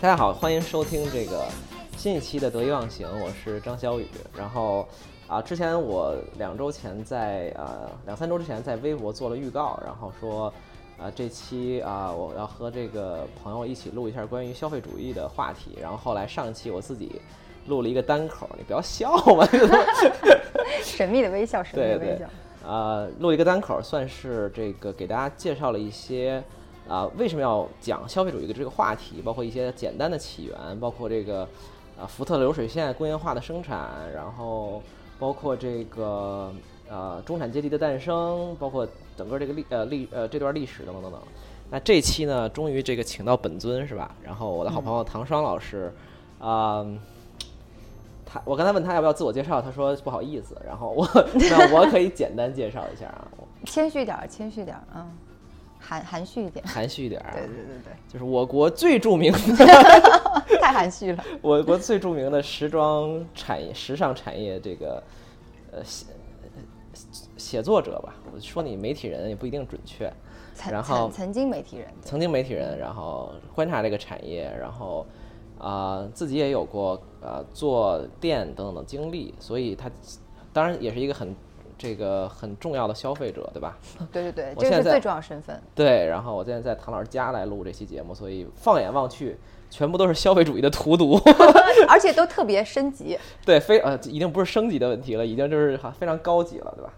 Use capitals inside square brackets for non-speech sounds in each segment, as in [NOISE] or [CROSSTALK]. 大家好，欢迎收听这个新一期的得意忘形，我是张小雨。然后啊，之前我两周前在呃两三周之前在微博做了预告，然后说啊这期啊我要和这个朋友一起录一下关于消费主义的话题。然后后来上期我自己录了一个单口，你不要笑嘛，神秘的微笑，神秘对的微对笑。，呃，录一个单口，算是这个给大家介绍了一些啊、为什么要讲消费主义的这个话题，包括一些简单的起源，包括这个啊、福特流水线工业化的生产，然后包括这个呃中产阶级的诞生，包括整个这个历呃历呃这段历史等等等等。那这期呢，终于这个请到本尊是吧？然后我的好朋友唐双老师，啊、他我刚才问他要不要自我介绍，他说不好意思。然后 [LAUGHS] 我那我可以简单介绍一下啊，我谦虚点儿，谦虚点儿，嗯，含含蓄 [LAUGHS] 一点。含蓄一点儿啊，对对对对，就是我国最著名的 [LAUGHS] 太含蓄了。我国最著名的时装产业、时尚产业这个呃写写作者吧，我说你媒体人也不一定准确。然曾后曾曾经媒体人，曾经媒体人，然后观察这个产业，然后啊、呃自己也有过呃做店等等的经历，所以他当然也是一个很这个很重要的消费者，对吧？对对对，我这现个是在最重要身份。 [LAUGHS] 对，然后我现在在唐老师家来录这期节目，所以放眼望去，全部都是消费主义的荼毒。而且都特别升级。对，非呃，已经不是升级的问题了，已经就是哈非常高级了，对吧？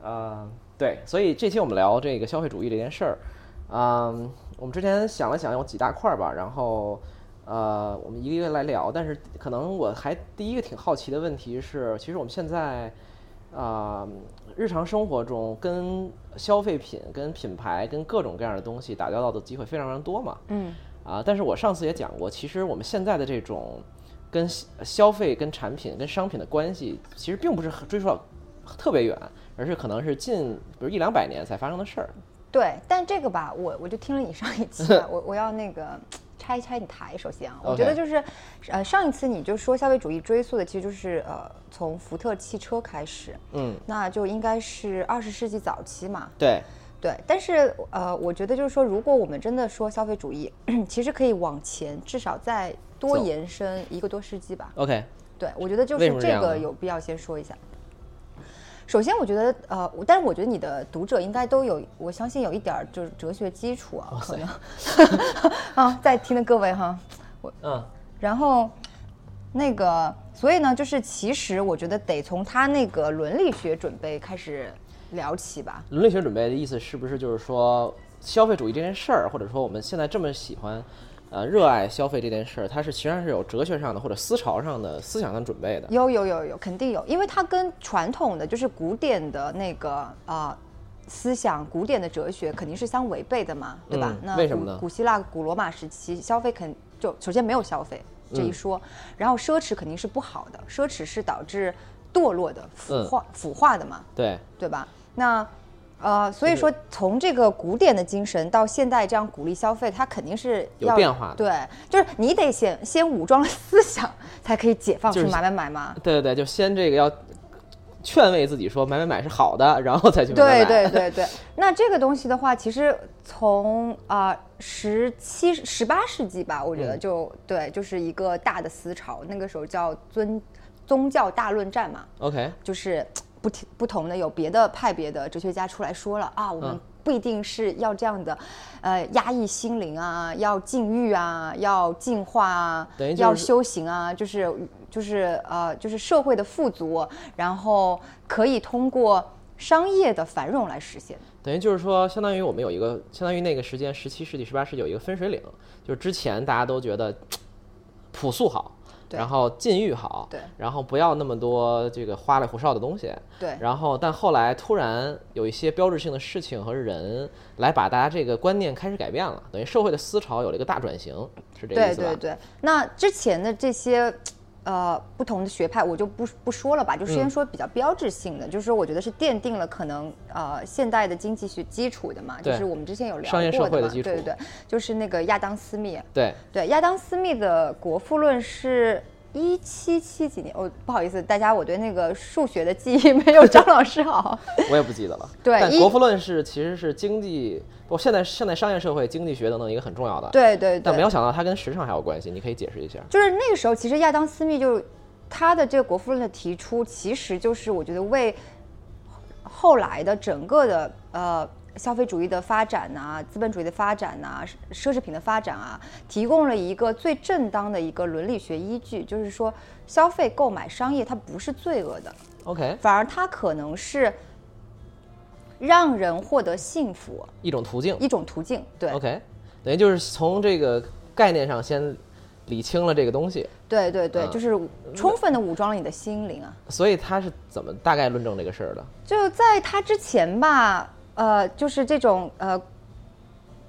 呃，对，所以这期我们聊这个消费主义这件事儿，嗯、我们之前想了想有几大块儿吧，然后呃，我们一个一个来聊，但是可能我还第一个挺好奇的问题是，其实我们现在啊、日常生活中跟消费品、跟品牌、跟各种各样的东西打交道的机会非常非常多嘛，嗯，啊，但是我上次也讲过，其实我们现在的这种跟消呃消费、跟产品、跟商品的关系，其实并不是很追溯到特别远，而是可能是近比如一两百年才发生的事儿。对。但这个吧，我我就听了你上一 [LAUGHS] 期啊，我我要那个。拆一拆你台，首先啊，我觉 OK 得就是，呃，上一次你就说消费主义追溯的其实就是呃，从福特汽车开始，嗯，那就应该是二十世纪早期嘛，对，对，但是呃，我觉得就是说，如果我们真的说消费主义， [CLEARS THROAT] 其实可以往前至少再多走延伸一个多世纪吧。 ，OK，对，我觉得就为是什么这这样个呢有必要先说一下。首先，我觉得呃，我但是我觉得你的读者应该都有，我相信有一点儿就是哲学基础啊，可能 [LAUGHS] 啊，在听的各位哈，嗯，然后那个，所以呢，就是其实我觉得得从他那个伦理学准备开始聊起吧。伦理学准备的意思是不是就是说消费主义这件事儿，或者说我们现在这么喜欢？呃，热爱消费这件事儿，它是实际上是有哲学上的或者思潮上的思想上准备的。有有有有，肯定有，因为它跟传统的就是古典的那个啊、呃思想、古典的哲学肯定是相违背的嘛，对吧？嗯那为什么古呢古希腊、古罗马时期，消费肯就首先没有消费这一说，嗯然后奢侈肯定是不好的，奢侈是导致堕落的、腐嗯化、腐化的嘛，对，对吧？那呃，所以就是说从这个古典的精神到现代这样鼓励消费，它肯定是有要变化的对，就是你得先先武装了思想，才可以解放就出是买买买嘛。对对对，就先这个要劝慰自己说买买买是好的，然后再去买买对买。对对对，那这个东西的话，其实从啊十七、十八世纪吧，我觉得嗯就、对，就是一个大的思潮，那个时候叫尊宗教大论战嘛， OK，就是不停不同的有别的派别的哲学家出来说了啊，我们嗯不一定是要这样的，呃，压抑心灵啊，要禁欲啊，要净化啊，等于就是要修行啊，就是就是呃就是社会的富足，然后可以通过商业的繁荣来实现。等于就是说，相当于我们有一个，相当于那个时间，十七世纪、十八世纪有一个分水岭，就是之前大家都觉得嘖朴素好，对然后禁欲好，对然后不要那么多这个花里胡哨的东西，对然后但后来突然有一些标志性的事情和人来把大家这个观念开始改变了，等于社会的思潮有了一个大转型，是这个对意思吧？对对，那之前的这些。呃，不同的学派我就不不说了吧，嗯就先说比较标志性的，就是说我觉得是奠定了可能呃现代的经济学基础的嘛，就对是我们之前有聊商业社过会的嘛，基对对础对，就是那个亚当斯密，对对亚当斯密的《国富论》是一七七几年，我不好意思，大家我对那个数学的记忆没有张老师 [LAUGHS] 好。我也不记得了。对但一国富论是其实是经济，不，现在现在商业社会经济学等等一个很重要的。。对对对但没，有想到它跟时尚还有关系，你可以解释一下。就是那个时候，其实亚当斯密就他的这个国富论的提出，其实就是我觉得为后来的整个的呃消费主义的发展呐、资本主义的发展呐、奢侈品的发展啊，提供了一个最正当的一个伦理学依据，就是说消费、购买、商业它不是罪恶的， OK，反而它可能是让人获得幸福一种途径。一种途径。对 OK，等于就是从这个概念上先理清了这个东西，对对对，嗯就是充分的武装了你的心灵啊。所以他是怎么大概论证这个事儿的？就在他之前吧，呃，就是这种呃，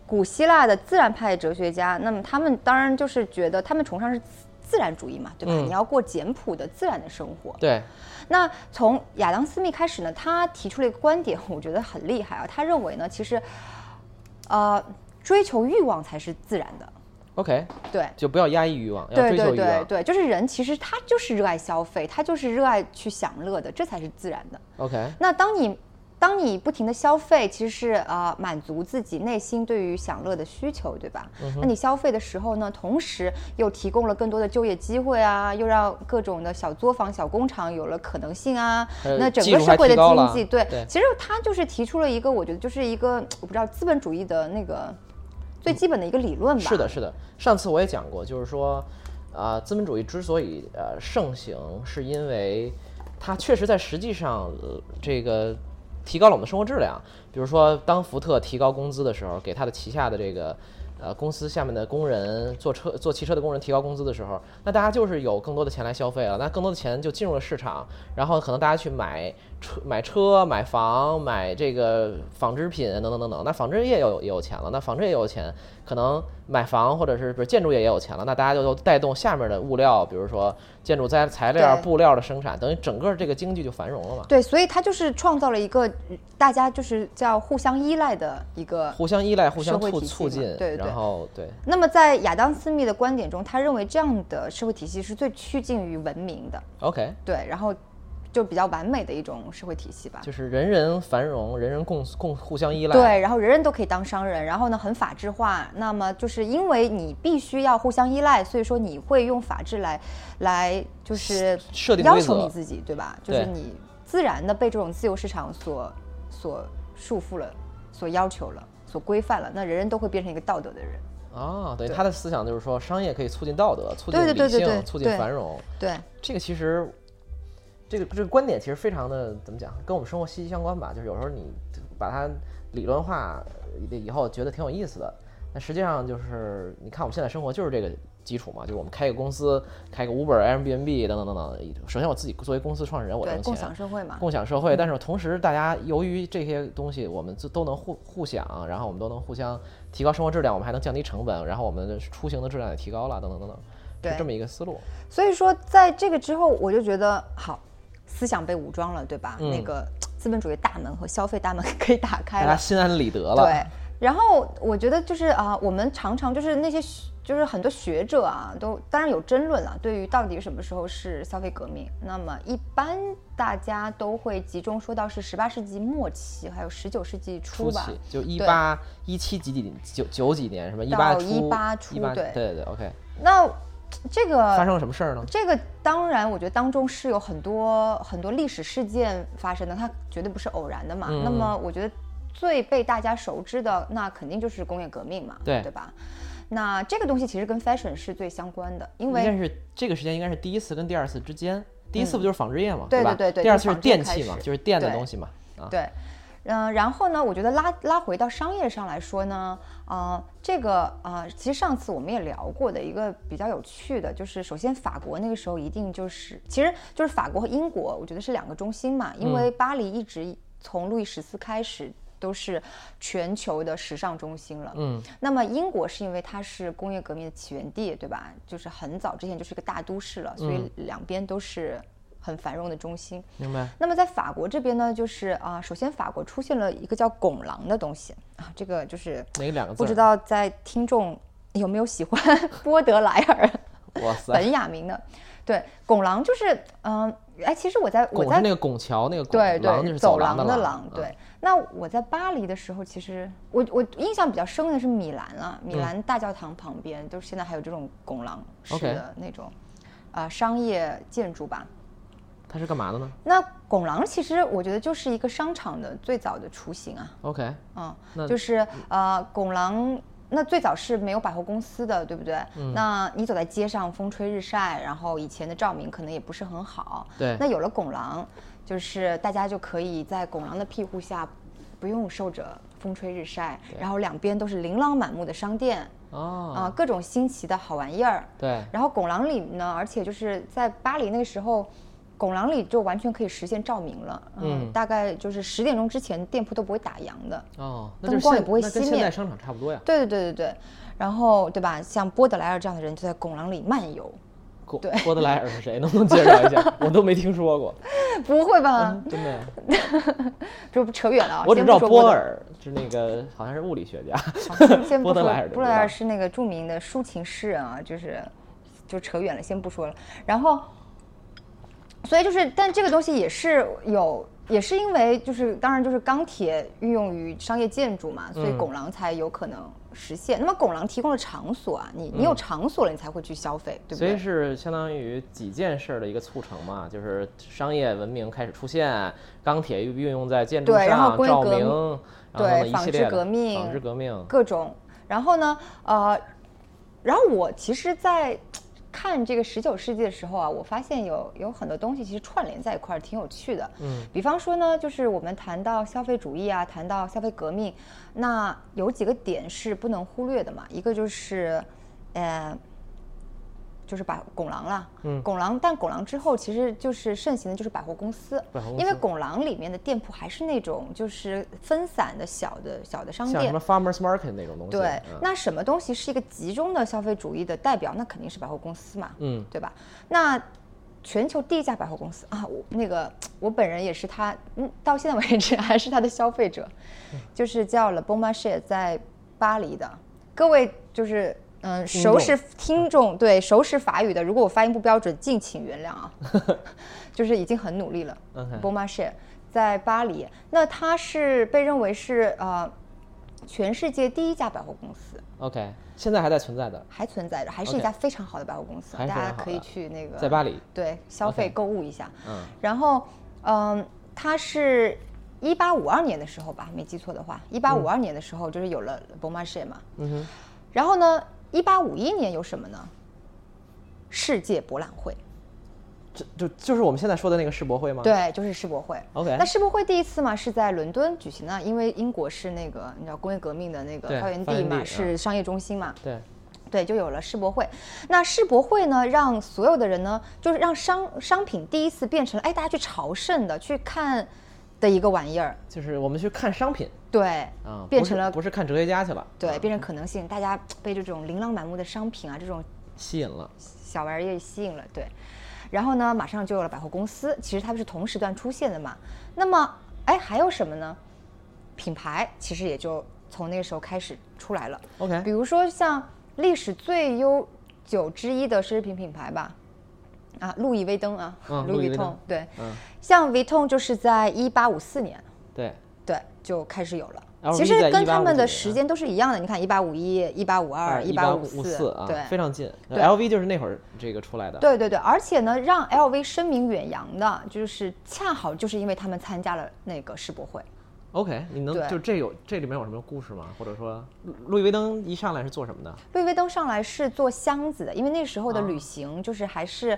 古希腊的自然派哲学家，那么他们当然就是觉得他们崇尚是自自然主义嘛，对吧？嗯你要过简朴的自然的生活。对，那从亚当斯密开始呢，他提出了一个观点，我觉得很厉害啊。他认为呢，其实，呃，追求欲望才是自然的， OK，对。就不要压抑欲望，要对追求对欲对望。对，就是人其实他就是热爱消费，他就是热爱去享乐的，这才是自然的。 OK，那当你当你不停的消费，其实是呃满足自己内心对于享乐的需求，对吧？嗯那你消费的时候呢，同时又提供了更多的就业机会啊，又让各种的小作坊、小工厂有了可能性啊。还有那整技个术社还会的提高经了济，对，对其实他就是提出了一个，我觉得就是一个我不知道资本主义的那个最基本的一个理论吧。嗯是的，，是的。上次我也讲过，就是说，啊，资本主义之所以呃盛行，是因为它确实在实际上、呃这个提高了我们的生活质量。比如说，当福特提高工资的时候，给他的旗下的这个。呃，公司下面的工人坐车坐汽车的工人提高工资的时候，那大家就是有更多的钱来消费了，那更多的钱就进入了市场，然后可能大家去买车、买车、买房、买这个纺织品等等等等。那纺织业有也有钱了，那纺织业有钱，可能买房或者是比如建筑业也有钱了，那大家就就带动下面的物料，比如说建筑材材料、对布料的生产，等于整个这个经济就繁荣了嘛，对，所以他就是创造了一个嗯大家就是叫互相依赖的一个互相依赖、互相社会促体系促嘛进，对对然后对那么，在亚当·斯密的观点中，他认为这样的社会体系是最趋近于文明的， ，OK，对，然后就比较完美的一种社会体系吧。就是人人繁荣，人人共共互相依赖，对，然后人人都可以当商人，然后呢很法制化。那么就是因为你必须要互相依赖，所以说你会用法制来，来就是设定规要求则你自己，对吧？就是对你自然的被这种自由市场所所束缚了，所要求了，所规范了。那人人都会变成一个道德的人，啊，等于对他的思想就是说，商业可以促进道德、促进对理性、对对对对促进对繁荣。对。这个其实，这个这个观点其实非常的怎么讲，跟我们生活息息相关吧。就是有时候你把它理论化以后，觉得挺有意思的。但实际上就是，你看我们现在生活就是这个基础嘛，就是我们开一个公司，开个 Uber、Airbnb 等等等等。首先我自己作为公司创始人，我对挣，共钱，享社会嘛，共享社会，但是同时大家由于这些东西，我们就都能互互享，然后我们都能互相提高生活质量，我们还能降低成本，然后我们的出行的质量也提高了，等等等等，对是这么一个思路。所以说，在这个之后，我就觉得好，思想被武装了，对吧？嗯那个资本主义大门和消费大门可以打大开家了。心安理得了。对，然后我觉得就是啊、我们常常就是那些学就是很多学者啊，都当然有争论了，对于到底什么时候是消费革命。那么一般大家都会集中说到是十八世纪末期，还有十九世纪初初吧期。就一八一七几几九九几年什么一八到初18初18对对对 OK，那这个发生了什么事儿呢？这个当然，我觉得当中是有很多很多历史事件发生的，它绝对不是偶然的嘛。嗯那么我觉得最被大家熟知的，那肯定就是工业革命嘛，对吧？那这个东西其实跟 fashion 是最相关的，因应为该是这个时间应该是第一次跟第二次之间，第一次不就是纺织业嘛，对吧？对对对第二次就是是纺织电开器嘛，始就是电的对东西嘛，啊，对，嗯、然后呢，我觉得拉拉回到商业上来说呢，呃，这个呃，其实上次我们也聊过的一个比较有趣的，就是首先法国那个时候一定就是，其实就是法国和英国，我觉得是两个中心嘛，因嗯为巴黎一直从路易十四开始。都是全球的时尚中心了。嗯，那么英国是因为它是工业革命的起源地，对吧？就是很早之前就是一个大都市了，所嗯以两边都是很繁荣的中心。明白。那么在法国这边呢，就是啊、首先法国出现了一个叫拱廊的东西啊，这个就是哪两个字？[LAUGHS] [LAUGHS] 不知，道在听众有没有喜欢波德莱尔？哇塞，本雅明的，对，拱廊就是嗯，哎，其实我在我拱在是那个拱桥那个拱，对廊就对是走廊廊廊，嗯啊廊，对。那我在巴黎的时候，其实我我印象比较深的是米兰了，米嗯兰大教堂旁边，就是现在还有这种拱廊式 OK 的那种，呃，商业建筑吧。它是干嘛的呢那拱廊其实我觉得就是一个商场的最早的雏形啊， ？OK，嗯，那就是呃，拱廊那最早是没有百货公司的，对不对？那你走在街上，风吹日晒，然后以前的照明可能也不是很好。对那有了拱廊，就是大家就可以在拱廊的庇护下，不用受着风吹日晒，然后两边都是琳琅满目的商店啊、哦，各种新奇的好玩意儿。对，然后拱廊里呢，而且就是在巴黎那个时候，拱廊里就完全可以实现照明了。嗯大概就是十点钟之前，店铺都不会打烊的。哦，那就是灯光也现不会那跟熄现灭在商场差不多呀。对对对对对，然后对吧？像波德莱尔这样的人就在拱廊里漫游， [LAUGHS] 郭郭德莱尔是谁？能不能介绍一下？我都没听说 [LAUGHS] 过，不会吧？真的呀。这不扯远了啊！嗯我只先知道不说波德，尔是那个好像是物理学家，好先不波德说莱尔的不波德知莱道尔是那个著名的抒情诗人啊，就是就扯远了，先不说了。然后，所以就是，但这个东西也是有。也是因为就是，当然就是钢铁运用于商业建筑嘛，所以嗯拱廊才有可能实现。那么拱廊提供了场所啊，你你有场所了，你才会去消费，对不嗯所以对？是相当于几件事儿的一个促成嘛，就是商业文明开始出现，钢铁运用在建筑对然后上，工业照革明，对然后呢一纺系织列的革命纺织革命，各种。然后呢，呃，然后我其实，在看这个十九世纪的时候啊，我发现有有很多东西其实串联在一块儿，挺有趣的。嗯，比方说呢，就是我们谈到消费主义啊，谈到消费革命，那有几个点是不能忽略的嘛。一个就是，呃，就是把拱廊啦，嗯拱廊，但拱廊之后其实就是盛行的就是百货公司，百货公因为司拱廊里面的店铺还是那种就是分散的小的小的商像什店么，farmers market 那种东西。对，嗯那什么东西是一个集中的消费主义的代表？那肯定是百货公司嘛，嗯对吧？那全球第一家百货公司啊，我那个我本人也是他，嗯，到现在为止还是他的消费者，嗯就是叫了 b o m a s h e 在巴黎的。各位就是嗯，听熟众识听众对熟识法语的，如果我发音不标准，敬请原谅 [LAUGHS] 啊，就是已经很努力了。 ，OK， b o m a s h e 在巴黎，那它是被认为是呃全世界第一家百货公司， OK，现在还在存在的，还存在着，还是一 OK 家非常好的百货公司，还大是非家常好可以的去那个在巴黎。对消费购物一下。嗯，然后，嗯，它是一八五二年的时候吧，没记错的话，一八五二年的时候就是有了 b o m a s h e 嘛。嗯哼，然后呢，一八五一年有什么呢？世界博览会。这就就是我们现在说的那个世博会吗？对，就是世博会。啊 OK 那世博会第一次嘛是在伦敦举行的，因为英国是那个你知道工业革命的那个对发源发地源嘛，地是商业中心嘛，对对，就有了世博会。那世博会呢，让所有的人呢，就是让商商品第一次变成了哎大家去朝圣的去看的一个玩意儿，就是我们去看商品对，啊，变不是成了不是看哲学家去了，对，啊变成可能性，大家被这种琳琅满目的商品啊这种吸引了。小玩意儿也吸引了，对。然后呢，马上就有了百货公司，其实它们是同时段出现的嘛。那么，哎，还有什么呢？品牌其实也就从那个时候开始出来了。比 OK，如说像历史最悠久之一的奢侈品品牌吧，啊，路易威登啊，嗯路路易易威通登，对，嗯像 Vuitton 就是在一八五四年，对，对，就开始有了。 LV 其实在跟1854他们的年哎时间都是一样的，你看一八五一、一八五二、一八五四，啊，对，非常近。对 LV 就是那会儿这个出来的。对对对，而且呢，让 LV 声名远扬的，就是恰好就是因为他们参加了那个世博会。 OK，你能对就这有这里面有什么故事吗？或者说，路路易威登一上来是做什么的？路易威登上来是做箱子的，因为那时候的啊旅行就是还是。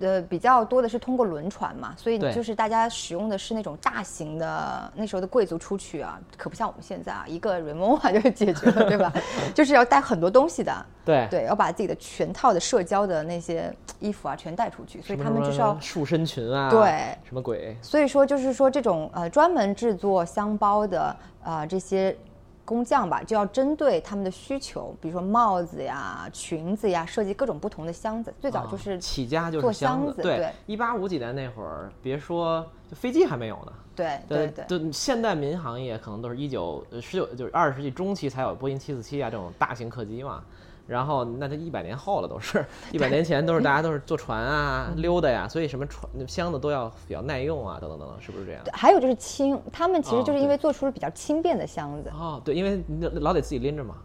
呃，比较多的是通过轮船嘛，所以对就是大家使用的是那种大型的，那时候的贵族出去啊，可不像我们现在啊，一个 r e m o v a 就解决了，[LAUGHS] 对吧？就是要带很多东西的，对，对，要把自己的全套的社交的那些衣服啊全带出去，所什以么他什们么就是要束身裙啊，对，什么鬼？所以说，就是说这种呃专门制作箱包的呃这些工匠吧，就要针对他们的需求，比如说帽子呀、裙子呀，设计各种不同的箱子。最早啊就是、起家就做是箱箱子对对，一八五几年那会儿，别说就飞机还没有呢。对对对对对，现代民航业可能都是一九十九就是二十世纪中期才有波音七四七啊这种大型客机嘛，然后那都一百年后了，都是一百年前都是大家都是坐船啊、溜达呀，所以什么船箱子都要比较耐用啊，等等等等，是不是这样？还有就是轻，他们其实就哦是因为做出了比较轻便的箱子，哦，对，因为你老得自己拎着嘛。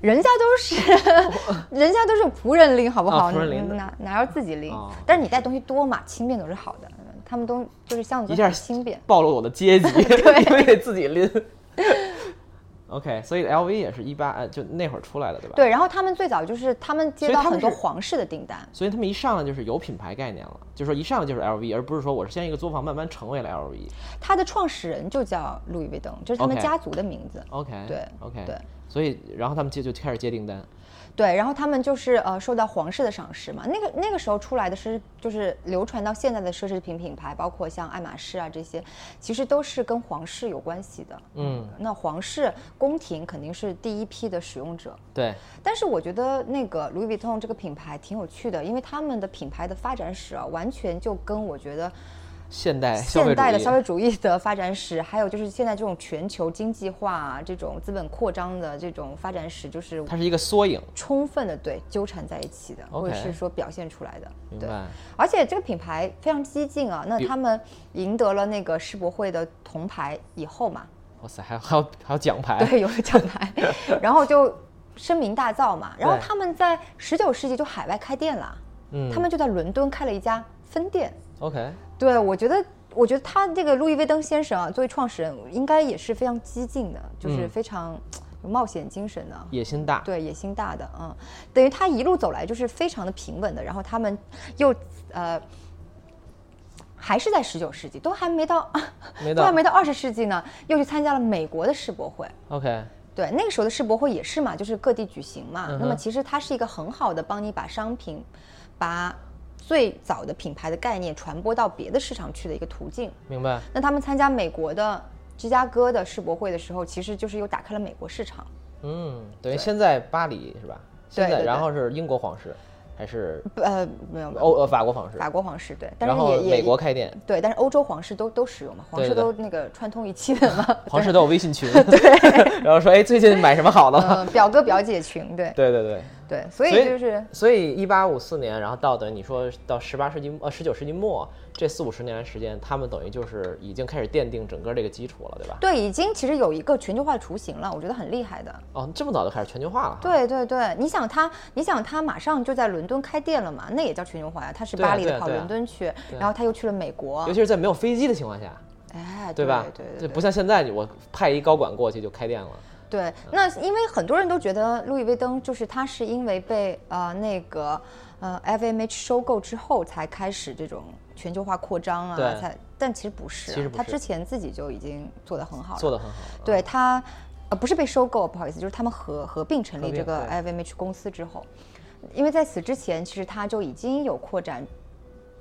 人家都是 [LAUGHS] 人家都是仆人拎，好不好？啊仆人拎的哪哪要自己拎哦？但是你带东西多嘛，轻便总是好的。嗯他们都就是箱子一都下很轻便，暴露我的阶级，因为得自己拎。OK，所以 LV 也是一八呃，就那会儿出来的，对吧？。对。然后他们最早就是他们所接以到他们很多是皇室的订单，所以他们一上来就是有品牌概念了，就是说一上来就是 LV，而不是说我是先一个作坊慢慢成为了 LV。他的创始人就叫路易威登，这是他们 OK 家族的名字。 OK，对，OK，对。所以，然后他们接就开始接订单，对，然后他们就是呃受到皇室的赏识嘛，那个那个时候出来的是就是流传到现在的奢侈品品牌，包括像爱马仕啊这些，其实都是跟皇室有关系的。嗯，那皇室宫廷肯定是第一批的使用者，对，但是我觉得那个 Louis Vuitton 这个品牌挺有趣的，因为他们的品牌的发展史啊，完全就跟我觉得现代哎消费现代主的义消费主义的发展史，还有就是现在这种全球经济化、啊、这种资本扩张的这种发展史，就是它是一个缩影，充分的对纠缠在一起的 OK 或者是说表现出来的。明对，白？而且这个品牌非常激进啊，那比他们赢得了那个世博会的铜牌以后嘛，哇塞，还有还有还有奖牌，对，有了奖 [LAUGHS] 牌，然后就声名大噪嘛。然后对他们在十九世纪就海外开店了，嗯他们就在伦敦开了一家分店。 ，OK，对，我觉得，我觉得他这个路易威登先生啊，作为创始人，应该也是非常激进的，就是嗯非常有冒险精神的。野心大，对，野心大的，嗯，等于他一路走来就是非常的平稳的，然后他们又呃，还是在十九世纪，都还没到，没都还到没到二十世纪呢，又去参加了美国的世博会。 ，OK，对，那个时候的世博会也是嘛，就是各地举行嘛。嗯哼那么其实它是一个很好的帮你把商品，把最早的品牌的概念传播到别的市场去的一个途径。明白。那他们参加美国的芝加哥的世博会的时候，其实就是又打开了美国市场。嗯，等于现在巴黎是吧？现对在，对然对后是英国皇室，还是呃，没有没有，欧呃法国皇室？法国皇室对，但然是后也也美国开店，对，但是欧洲皇室都都使用嘛，皇对室对都那个串通一气的嘛。皇室都有微信 [LAUGHS] 群，对， [LAUGHS] 然后说哎，最近买什么好的了？嗯、表哥表姐群，对对对对，对，所以所以就是所以一八五四年，然后到等于你说到十八世纪呃十九世纪末这四五十年的时间，他们等于就是已经开始奠定整个这个基础了，对吧？对，已经其实有一个全球化的雏形了，我觉得很厉害的。哦，这么早就开始全球化了，，对对对，你想他，你想他马上就在伦敦开店了嘛，那也叫全球化呀。他是对啊巴黎对的啊跑对啊伦敦去，对啊然后他又去了美国尤，其是在没有飞机的情况下，哎，对吧？对这对不对像现在你我派一高管过去就开店了，对。那因为很多人都觉得路易威登就是他是因为被呃那个呃 FMH 收购之后才开始这种全球化扩张啊，对才但其实不是啊，其实不他是之前自己就已经做得很好了，做得很好。对它，呃，不是被收购，不好意思，就是他们合合并成合立并这个对 LVMH 公司之后，因为在此之前，其实它就已经有扩展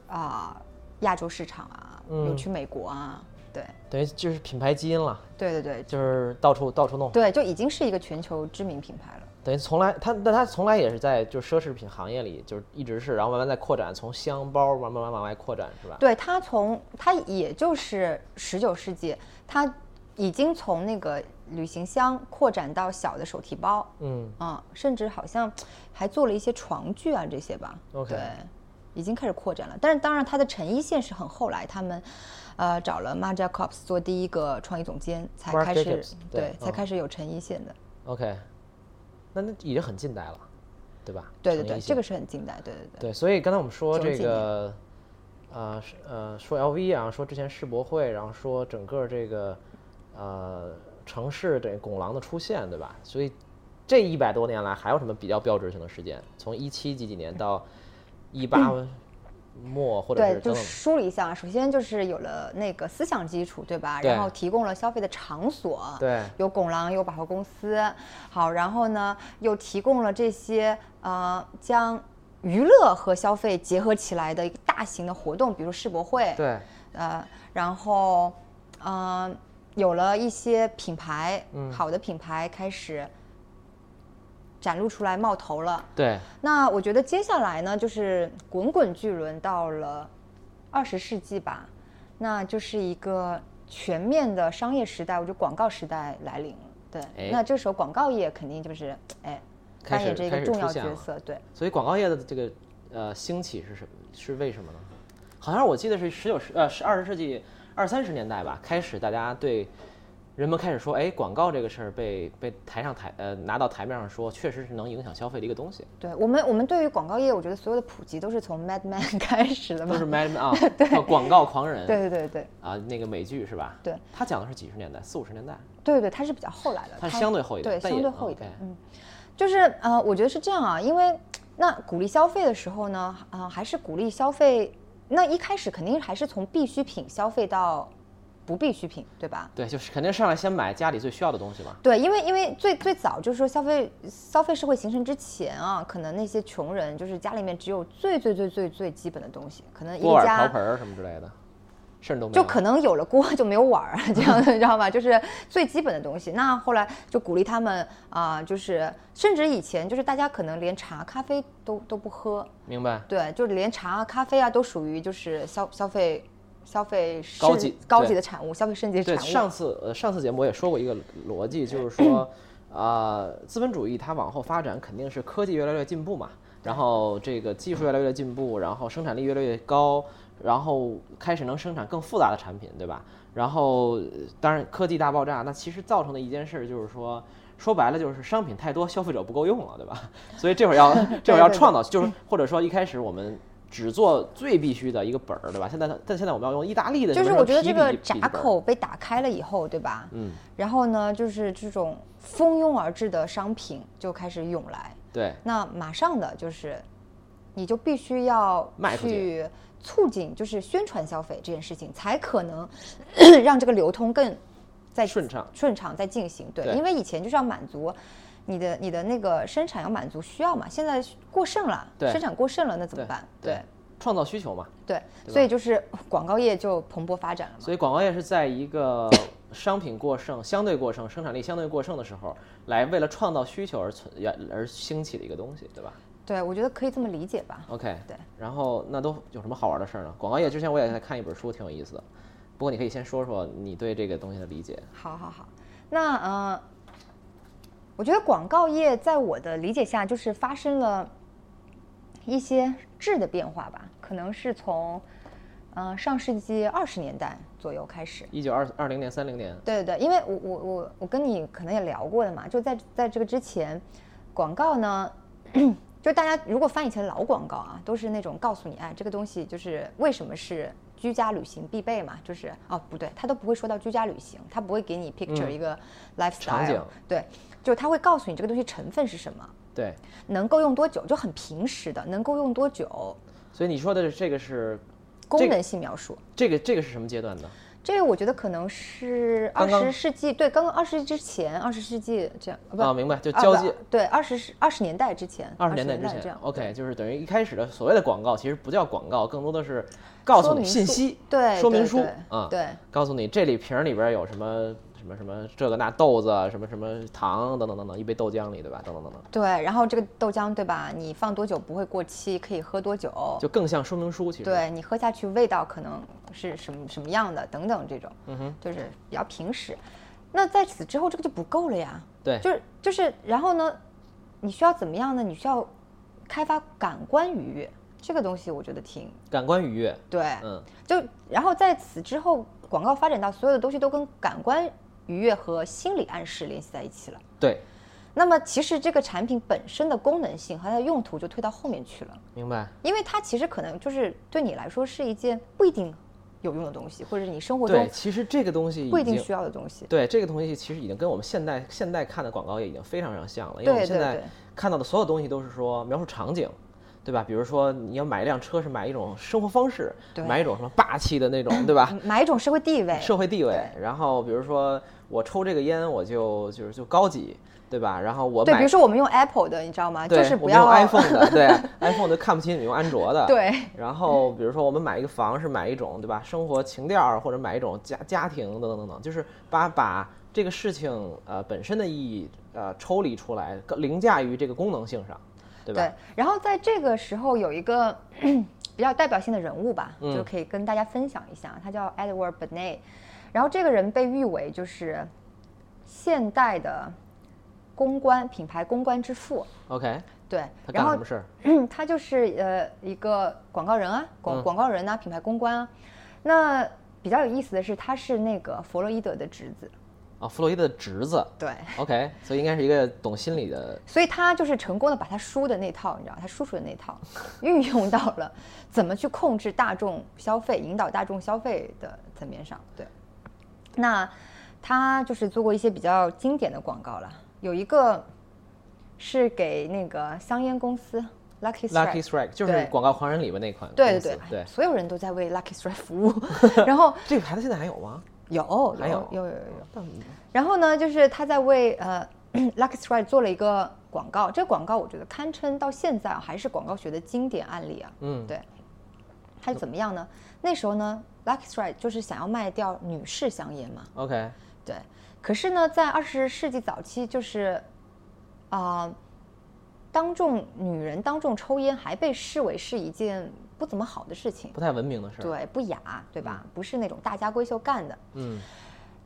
啊、亚洲市场啊，有嗯去美国啊，对，等于就是品牌基因了，对对对就是到处到处弄。对，就已经是一个全球知名品牌了。等于从来他，但他从来也是在就是奢侈品行业里，就是一直是，然后慢慢在扩展，从箱包慢慢慢慢往外扩展，是吧？对它从它也就是十九世纪，它已经从那个旅行箱扩展到小的手提包。嗯，啊，甚至好像还做了一些床具啊这些吧。 OK 对，已经开始扩展了。但是当然，它的成衣线是很后来他们，呃，找了 m a r Jacobs 做第一个创意总监，才 Marc 开始 Jacobs，对对，嗯才开始有成衣线的。 OK，那那已经很近代了，对吧？对对成对，衣这线个是很近代。对对对。对，所以刚才我们说这90年个，呃是呃，说 LV 啊，说之前世博会，然后说整个这个呃城市这拱廊的出现，对吧？所以这一百多年来还有什么比较标志性的事件？从一七几几年到一八末，或者嗯对，是就等等梳理一下啊，首先就是有了那个思想基础，对吧？对然后提供了消费的场所，对有拱廊，有百货公司，好，然后呢，又提供了这些呃，将娱乐和消费结合起来的一个大型的活动，比如世博会，对，呃，然后呃，有了一些品牌，好的品牌开始展露出来冒头了。对，那我觉得接下来呢，就是滚滚巨轮到了二十世纪吧，那就是一个全面的商业时代，我觉得广告时代来临了。对，哎那这时候广告业肯定就是哎开扮始演这开始个重出要现角了色。对，所以广告业的这个呃兴起是什么？是为什么呢？好像我记得是十九世呃是二十世纪二三十年代吧，开始大家对人们开始说，哎，广告这个事儿被被抬上台呃拿到台面上说，确实是能影响消费的一个东西，对我们我们对于广告业，我觉得所有的普及都是从 Mad Men [LAUGHS] 开始的都嘛。是 Mad Men [LAUGHS] 啊，叫广告狂人，对对对对啊那个美剧是吧？对，它讲的是几十年代四五十年代，对对，它是比较后来的，它是相对后一点，对但也相对后一点 OK，嗯，就是呃，我觉得是这样啊，因为那鼓励消费的时候呢，呃，还是鼓励消费，那一开始肯定还是从必需品消费到不必需品，对吧？对，就是肯定上来先买家里最需要的东西嘛。对，因为因为最最早就是说消费消费社会形成之前啊，可能那些穷人就是家里面只有最最最最最基本的东西，可能一锅个碗瓢家盆儿什么之类的，甚至都没有就可能有了锅就没有碗儿，啊 [LAUGHS] 这样的你知道吧？就是最基本的东西。那后来就鼓励他们啊、就是甚至以前就是大家可能连茶、咖啡都都不喝，明白。对，就是连茶、咖啡啊都属于就是消消费消费高升级高对级的产物，消费升级的对，产物。上次呃上次节目我也说过一个逻辑，就是 [CLEARS THROAT] 说，呃，资本主义它往后发展肯定是科技越来越进步嘛，然后这个技术越来越进步，然后生产力越来越高，然后开始能生产更复杂的产品，对吧？然后呃当然科技大爆炸，那其实造成的一件事就是说。说白了就是商品太多，消费者不够用了，对吧？ [LAUGHS] 所以这会儿 [LAUGHS] 要这会儿要对对创造，就是或者说一开始我们只做最必须的一个本儿，对吧？现在但现在我们要用意大利的什么就是什我么觉得皮这个笔闸笔记本儿口被打开了以后，对吧？嗯，然后呢，就是这种蜂拥而至的商品就开始涌来，对，那马上的就是，你就必须要卖出去去促进，就是宣传消费这件事情，才可能 [CLEARS THROAT] 让这个流通更在顺畅顺畅在进行。对，对因为以前就是要满足你的你的那个生产要满足需要嘛，现在过剩了，对生产过剩了，那怎么对办？对，创造需求嘛。对，对所以就是广告业就蓬勃发展了嘛。所以广告业是在一个商品过剩、相对过剩、生产力相对过剩的时候，来为了创造需求而存而兴起的一个东西，对吧对，我觉得可以这么理解吧。 ？OK，对。然后那都有什么好玩的事儿呢？广告业之前我也在看一本书，挺有意思的。不过你可以先说说你对这个东西的理解。好好好，那呃，我觉得广告业在我的理解下，就是发生了一些质的变化吧，可能是从呃上世纪二十年代左右开始。一九二二零年、三零年，对对对，因为我我我我跟你可能也聊过的嘛，就在在这个之前，广告呢， [CLEARS THROAT] 就大家如果翻以前老广告啊，都是那种告诉你，哎，这个东西就是为什么是居家旅行必备嘛，就是哦不对，他都不会说到居家旅行，他不会给你 picture 嗯一个 lifestyle，、场景对，就是他会告诉你这个东西成分是什么，对。能够用多久，就很平时的，能够用多久，所以你说的这个是功这能性描述。这个这个是什么阶段的？这个我觉得可能是二刚刚十世纪，对，刚刚二十世纪之前，二十世纪这样，不啊，明白，就啊交不界对二十世二十年代之前，二十年代之这前样，OK，就是等于一开始的所谓的广告，其实不叫广告，更多的是告诉说你明信书息，对说对明书对啊，对告诉你这里瓶儿里边儿有什么什么什么这个那豆子啊，什么什么糖等等等等，一杯豆浆里对吧？等等等等，对，然后这个豆浆对吧？你放多久不会过期，可以喝多久？就更像说明书，其实对你喝下去味道可能是什么什么样的等等这种，嗯哼，就是比较平时。那在此之后，这个就不够了呀。对就是就是，然后呢，你需要怎么样呢？你需要开发感官愉悦，这个东西我觉得挺感官愉悦，对，嗯，就然后在此之后，广告发展到所有的东西都跟感官愉悦和心理暗示联系在一起了。对，那么其实这个产品本身的功能性和它的用途就推到后面去了，明白，因为它其实可能就是对你来说是一件不一定有用的东西，或者是你生活对，中其实这个东西不已一定经需要的东西。对这个东西其实已经跟我们现代现代看的广告也已经非常非常像了，因为我们对现对在对看到的所有东西都是说描述场景，对吧？比如说你要买一辆车是买一种生活方式，对买一种什么霸气的那种，对吧？嗯买一种社会地位，社会地位。对然后比如说我抽这个烟，我就就是就高级，对吧？然后我对，比买如说我们用 Apple 的，你知道吗？对就是我不们用要 iPhone 的，对 iPhone 就看不起你们用安卓的，对。然后比如说我们买一个房是买一种对吧生活情调儿，或者买一种家家庭等等等等，就是把把这个事情呃本身的意义呃抽离出来，更凌驾于这个功能性上，对吧？然后在这个时候有一个 [COUGHS] 比较代表性的人物吧，嗯就可以跟大家分享一下，他叫 Edward Benet，然后这个人被誉为就是现代的公关品牌公关之父， OK，对，他干然了后什么事儿？ [COUGHS] 他就是呃一个广告人啊，广嗯广告人啊，品牌公关啊。那比较有意思的是，他是那个弗洛伊德的侄子，啊，弗洛伊德的侄子。对， OK，所以应该是一个懂心理的。所以他就是成功的把他叔的那套，你知道，他叔叔的那套运用到了怎么去控制大众消费、引导大众消费的层面上。对，那他就是做过一些比较经典的广告了，有一个是给那个香烟公司 Lucky Strike。 Lucky Strike 就是对《广告狂人》里面那款公司。对对对，对，所有人都在为 Lucky Strike 服务。然后这个牌子现在还有吗？有还有有有有有，然后呢，就是他在为呃 [CLEARS THROAT] Lucky Strike 做了一个广告，这个广告我觉得堪称到现在啊还是广告学的经典案例啊。嗯，对，他怎么样呢？那时候呢，Lucky Strike 就是想要卖掉女士香烟嘛， OK，对。可是呢，在二十世纪早期，就是啊、当众女人当众抽烟还被视为是一件不怎么好的事情。不太文明的事儿。，对，不雅，对吧？不是那种大家闺秀干的。嗯，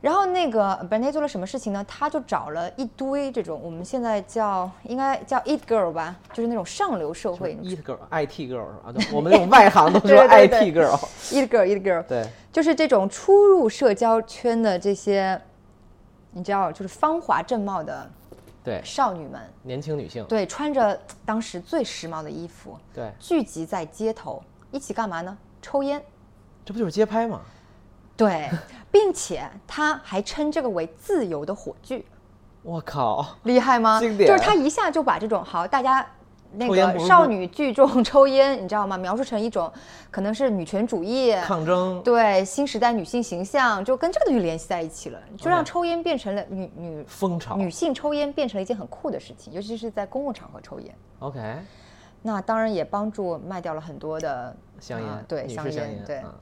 然后那个 Bernie 做了什么事情呢？他就找了一堆这种我们现在叫应该叫 it girl 吧，就是那种上流社会 It girl，IT girl 啊，对我们这种外行都说对对 IT 对 girl。 it girl it girl，对，就是这种初入社交圈的这些，你知道，就是芳华正茂的对，少女们，年轻女性。对，穿着当时最时髦的衣服，对，聚集在街头，一起干嘛呢？抽烟。这不就是街拍吗？对，并且他还称这个为自由的火炬。我靠，厉害吗？经就典是他一下就把这种好大家。那抽烟个不是少女聚众抽烟，你知道吗？描述成一种可能是女权主 [LAUGHS] 义，抗争。对新时代女性形象，就跟这个东西联系在一起了，就让抽烟变成了女女风潮女性抽烟变成了一件很酷的事情，尤其是在公共场合抽烟。 ，OK，那当然也帮助卖掉了很多的香啊烟，对女香士香烟烟，对啊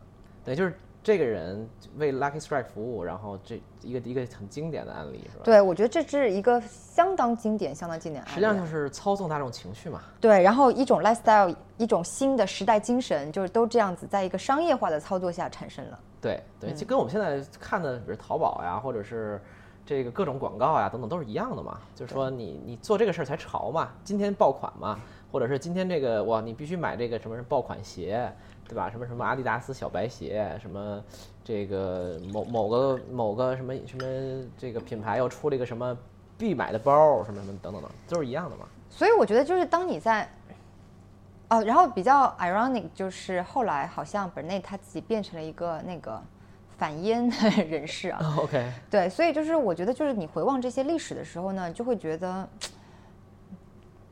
对，就是这个人为 Lucky Strike 服务，然后这一个一个很经典的案例是吧？对，我觉得这是一个相当经典、相当经典的案例啊。实际上就是操纵大众情绪嘛。对，然后一种 lifestyle，一种新的时代精神，就是都这样子，在一个商业化的操作下产生了。对对，就跟我们现在看的，比如淘宝呀，或者是这个各种广告呀等等，都是一样的嘛。就是说你你做这个事儿才潮嘛，今天爆款嘛，或者是今天这个哇，你必须买这个什么爆款鞋，对吧？什么什么阿迪达斯小白鞋，什么这个某某个某个什么什么这个品牌又出了一个什么必买的包，什么什么等等等，都是一样的嘛。所以我觉得就是当你在，哦，然后比较 ironic 就是后来好像本内他自己变成了一个那个反烟的人士 [LAUGHS] 啊。 OK，对，所以就是我觉得就是你回望这些历史的时候呢，就会觉得。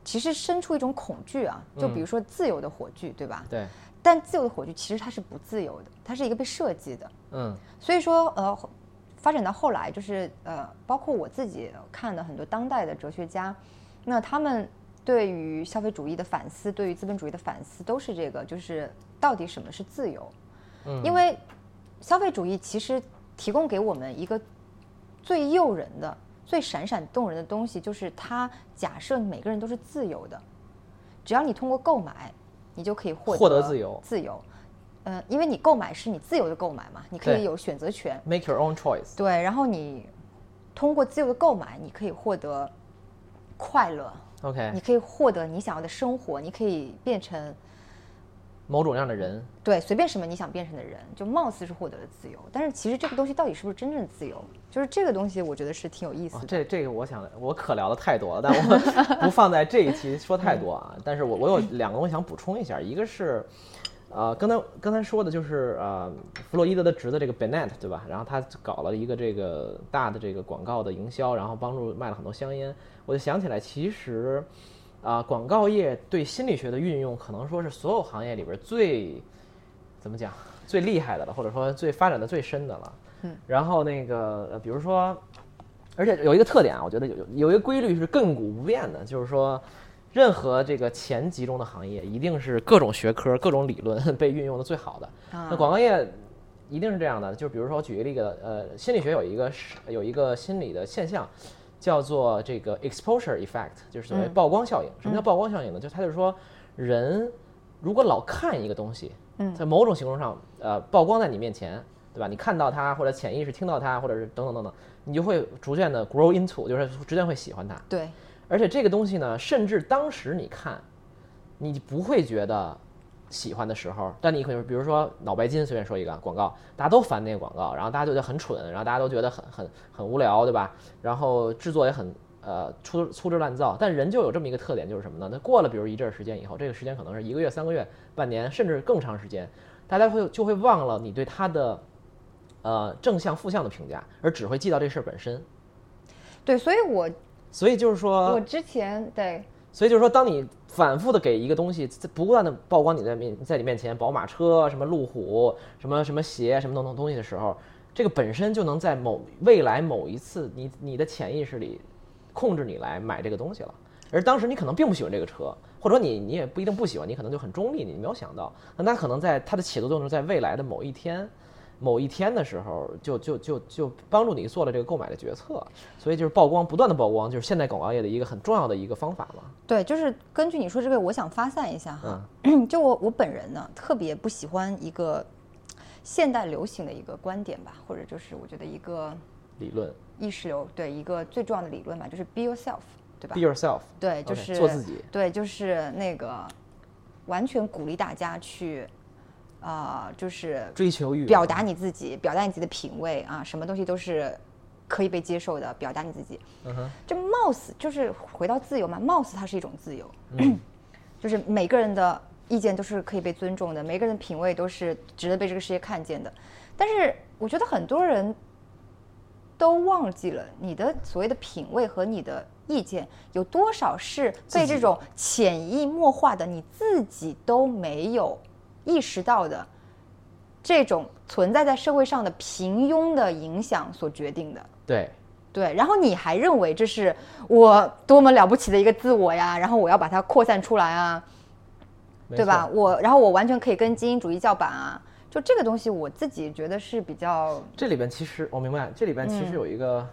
其实生出一种恐惧啊，就比如说自由的火炬，对吧？对，但自由的火炬其实它是不自由的，它是一个被设计的。嗯所以说，呃，发展到后来，就是呃，包括我自己看的很多当代的哲学家，那他们对于消费主义的反思，对于资本主义的反思，都是这个，就是到底什么是自由？嗯因为消费主义其实提供给我们一个最诱人的、最闪闪动人的东西，就是它假设每个人都是自由的，只要你通过购买，你就可以获获得自由自由。呃，因为你购买是你自由的购买嘛，你可对以有选择权。 ，Make your own choice。对，然后你通过自由的购买，你可以获得快乐，你 OK，可以获得你想要的生活，你可以变成某种样的人，对随便什么你想变成的人，就貌似是获得了自由，但是其实这个东西到底是不是真正的自由，就是这个东西，我觉得是挺有意思啊的。这这个我想我可聊的太多了，但我 [LAUGHS] 不放在这一期说太多嗯啊。 [LAUGHS] 但是我我有两个我想补充一下，一个是。呃，刚才刚才说的就是呃，弗洛伊德的侄子这个 Bennett 对吧？然后他搞了一个这个大的这个广告的营销，然后帮助卖了很多香烟。我就想起来，其实啊、广告业对心理学的运用，可能说是所有行业里边最怎么讲最厉害的了，或者说最发展的最深的了。嗯。然后那个，呃比如说而且有一个特点啊，我觉得有有有一个规律是亘古不变的，就是说，任何这个钱集中的行业，一定是各种学科、各种理论 [LAUGHS] 被运用的最好的。啊那广告业一定是这样的，就比如说我举一个例子，呃，心理学有一个是有一个心理的现象，叫做这个 exposure effect，就是所谓曝光效应。什么叫曝光效应呢？就是它就是说，人如果老看一个东西，在某种形式上，呃，曝光在你面前，对吧？你看到它，或者潜意识听到它，或者是等等等等，你就会逐渐的 grow into，就是逐渐会喜欢它。对，而且这个东西呢，甚至当时你看，你不会觉得喜欢的时候，但你可能比如说脑白金，随便说一个广告，大家都烦那个广告，然后大家就觉得很蠢，然后大家都觉得很很很无聊，对吧？然后制作也很呃粗粗制滥造，但人就有这么一个特点，就是什么呢？它过了比如一阵儿时间以后，这个时间可能是一个月、三个月、半年，甚至更长时间，大家会就会忘了你对它的呃正向、负向的评价，而只会记到这事儿本身。对，所以我所以就是说，我之前对所以就是说，当你反复的给一个东西，在不断的曝光你在面在你面前，宝马车、啊什么路虎、什么什么鞋、什么等等东西的时候，这个本身就能在某未来某一次你你的潜意识里控制你来买这个东西了。而当时你可能并不喜欢这个车，或者你你也不一定不喜欢，你可能就很中立，你没有想到，那它可能在它的起作用是在未来的某一天。某一天的时候，就就就就帮助你做了这个购买的决策，所以就是曝光，不断的曝光，就是现在广告业的一个很重要的一个方法嘛。对，就是根据你说这个，我想发散一下哈。 [CLEARS THROAT] 就我我本人呢，特别不喜欢一个现代流行的一个观点吧，或者就是我觉得一个理论意识流，对一个最重要的理论吧，就是 be yourself，对吧 Be yourself，对， OK，就是做自己对，就是那个完全鼓励大家去，啊、就是追求欲望表达你自己，表达你自己的品味啊，什么东西都是可以被接受的，表达你自己。嗯哼，这貌似就是回到自由嘛，貌似它是一种自由， [CLEARS THROAT] 就是每个人的意见都是可以被尊重的，每个人的品味都是值得被这个世界看见的。但是我觉得很多人都忘记了你的所谓的品味和你的意见有多少是被这种潜移默化的，你自己都没有意识到的。这种存在在社会上的平庸的影响所决定的，对，对，然后你还认为这是我多么了不起的一个自我呀，然后我要把它扩散出来啊，没对吧？错？我然后我完全可以跟精英主义叫板啊，就这个东西我自己觉得是比较这里边其实我明白，这里边其实有一个，嗯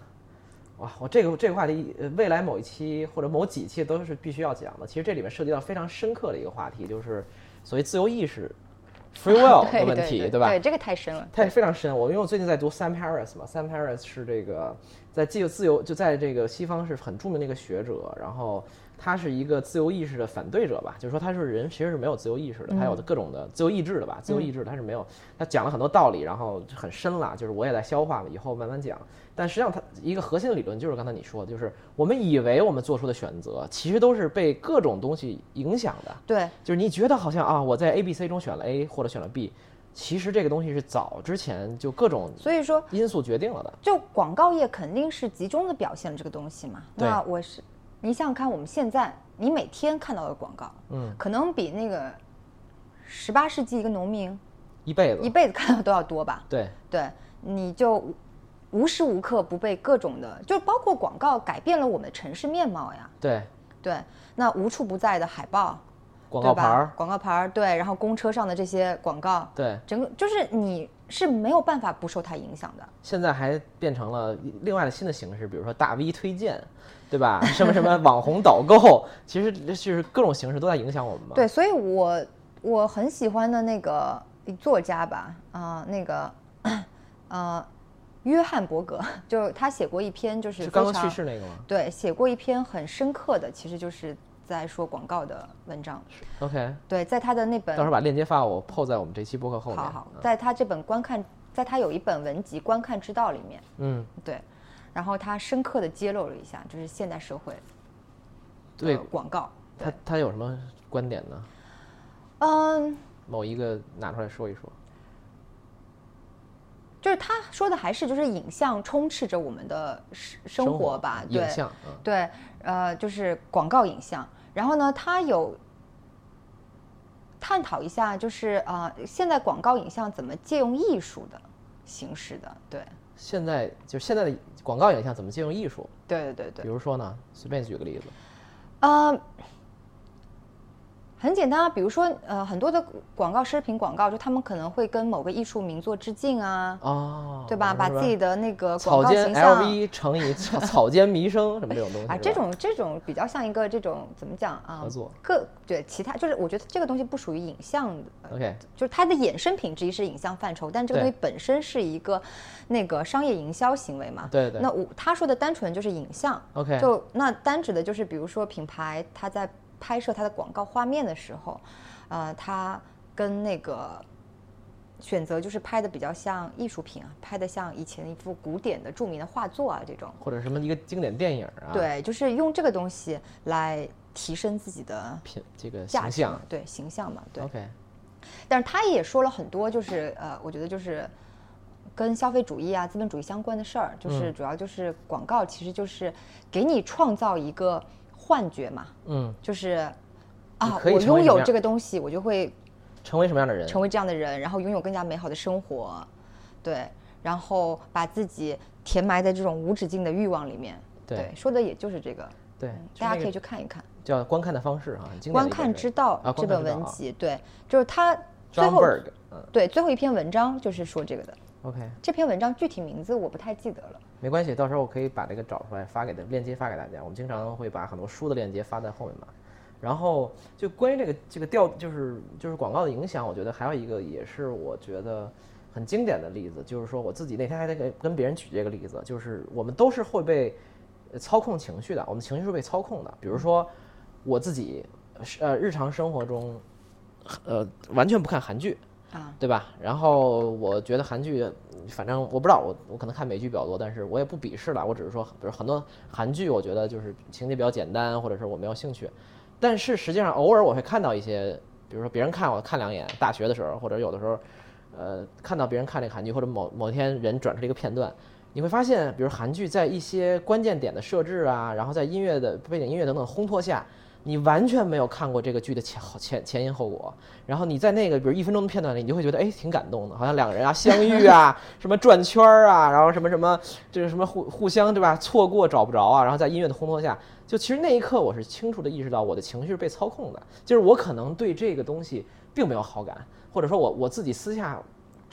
哇，我这个这个话题，呃未来某一期或者某几期都是必须要讲的。其实这里面涉及到非常深刻的一个话题，就是所谓自由意识 [LAUGHS] （free [LAUGHS] will） 的问题，对吧？对，这个太深了。它也非常深。我因为我最近在读 Sam Harris 嘛，Sam Harris 是这个在自由自由就在这个西方是很著名的一个学者，然后他是一个自由意识的反对者吧，就是说他是人其实是没有自由意识的，他有各种的自由意志的吧，自由意志他是没有。他讲了很多道理，然后很深了，就是我也在消化，以后慢慢讲。但实际上他一个核心的理论就是刚才你说的，就是我们以为我们做出的选择，其实都是被各种东西影响的。对，就是你觉得好像啊，我在 A、B、C 中选了 A 或者选了 B，其实这个东西是早之前就各种所以说因素决定了的。就广告业肯定是集中的表现了这个东西嘛。对那我是，你想想看，我们现在你每天看到的广告，嗯，可能比那个十八世纪一个农民一辈子，一辈子看到都要多吧？对对，你就无无时无刻不被各种的，就包括广告改变了我们城市面貌呀。对，对，那无处不在的海报、广告对吧牌儿，广告牌儿，对，然后公车上的这些广告，对，整个就是你是没有办法不受它影响的。现在还变成了另外的新的形式，比如说大 V 推荐，对吧？ [LAUGHS] 什么什么网红导购，其实就是各种形式都在影响我们嘛。对，所以我我很喜欢的那个作家吧，啊、那个呃，约翰伯格，就是他写过一篇就是是非刚刚常去世那个吗对，写过一篇很深刻的，其实就是在说广告的文章。 ？OK，对，在他的那本到时候把链接发我，PO 在我们这期播客后面。好好，嗯在他这本观看，在他有一本文集《观看之道》里面，嗯，对，然后他深刻的揭露了一下，就是现代社会对的广告。他他有什么观点呢？嗯，某一个拿出来说一说。就是他说的还是就是影像充斥着我们的生生活吧，影对像，嗯对，呃，就是广告影像。然后呢，他有探讨一下，就是呃，现在广告影像怎么借用艺术的形式的，对，现在就是现在的广告影像怎么借用艺术？对对对对比。如说呢，随便举个例子，呃，很简单啊，比如说呃，很多的广告奢侈品广告，就他们可能会跟某个艺术名做致敬啊，哦，对吧？明白把自己的那个广草告间形象 LV 乘以草草间弥生什么这种东西啊，是这吧种这种比较像一个这种怎么讲啊？合作各对其他就是我觉得这个东西不属于影像的， OK 就是它的衍生品之一是影像范畴，但这个对东西本身是一个那个商业营销行为嘛。对对那我他说的单纯就是影像 OK 就那单指的就是比如说品牌它在拍摄它的广告画面的时候，呃，它跟那个。选择就是拍的比较像艺术品啊，拍的像以前一幅古典的著名的画作啊这种。或者什么一个经典电影啊，，对，就是用这个东西来提升自己的品这个形价值嘛象，对形象嘛，对。 OK 但是他也说了很多，就是呃，我觉得就是跟消费主义啊、资本主义相关的事儿，就是嗯主要就是广告，其实就是给你创造一个幻觉嘛，嗯，就是你啊，可我以成为什么拥有样这个东西，我就会成为什么样的人？成为这样的人，然后拥有更加美好的生活，对，然后把自己填埋在这种无止境的欲望里面。对说的也就是这个，对嗯，就是大那家可个以去看一看。叫观看的方式啊，很经典的观一本看书之道啊》观这看本之道文啊集，对，就是他最 John 后 Berg，嗯对最后一篇文章就是说这个的。 ，OK，这篇文章具体名字我不太记得了。没关系，到时候我可以把这个找出来发给的链接发给大家。我们经常会把很多书的链接发在后面嘛。然后就关于这个这个调，就是就是广告的影响，我觉得还有一个也是我觉得很经典的例子，就是说我自己那天还在跟跟别人举这个例子，就是我们都是会被呃操控情绪的，我们情绪是被操控的。比如说我自己呃日常生活中呃完全不看韩剧， [LAUGHS] 啊，对吧？然后我觉得韩剧，反正我不知道，我我可能看美剧比较多，但是我也不鄙视了，我只是说，比如很多韩剧，我觉得就是情节比较简单，或者是我没有兴趣。但是实际上，偶尔我会看到一些，比如说别人看我看两眼，大学的时候，或者有的时候，呃，看到别人看这个韩剧，或者某某天人转出了一个片段，你会发现，比如韩剧在一些关键点的设置啊，然后在音乐的背景音乐等等烘托下，你完全没有看过这个剧的前后前前因后果。然后你在那个比如一分钟的片段里，你就会觉得哎挺感动的，好像两个人啊相遇啊，什么转圈儿啊，然后什么什么这个什么互互相对吧，错过找不着啊，然后在音乐的烘托下，就其实那一刻我是清楚的意识到我的情绪是被操控的，就是我可能对这个东西并没有好感，或者说我我自己私下。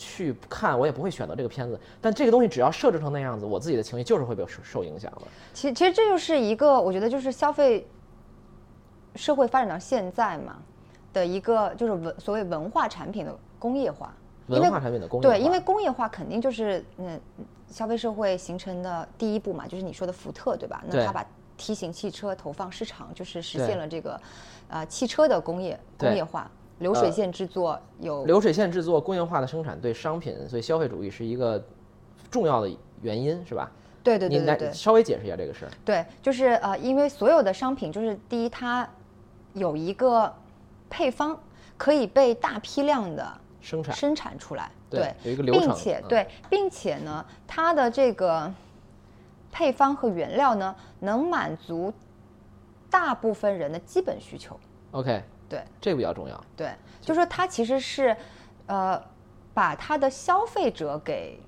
去看我也不会选择这个片子，但这个东西只要设置成那样子，我自己的情绪就是会被受受影响的。其实其实这就是一个，我觉得就是消费社会发展到现在嘛的一个，就是文所谓文化产品的工业化。因为文化产品的工业化对，因为工业化肯定就是嗯，消费社会形成的第一步嘛，就是你说的福特对吧？那对他把 T 型汽车投放市场，就是实对现了这个呃汽车的工业对工业化，流水线制作有流水线制作、工业化的生产对商品、对消费主义是一个重要的原因，是吧？对对对你对来对稍微解释一下这个事儿。对，就是呃，因为所有的商品就是第一，它有一个配方可以被大批量的生产生产出来，对对，有一个流并程且嗯对，并且呢，它的这个配方和原料呢，能满足大部分人的基本需求， ，OK，对这个比较重要。对，就说它其实是呃，把它的消费者给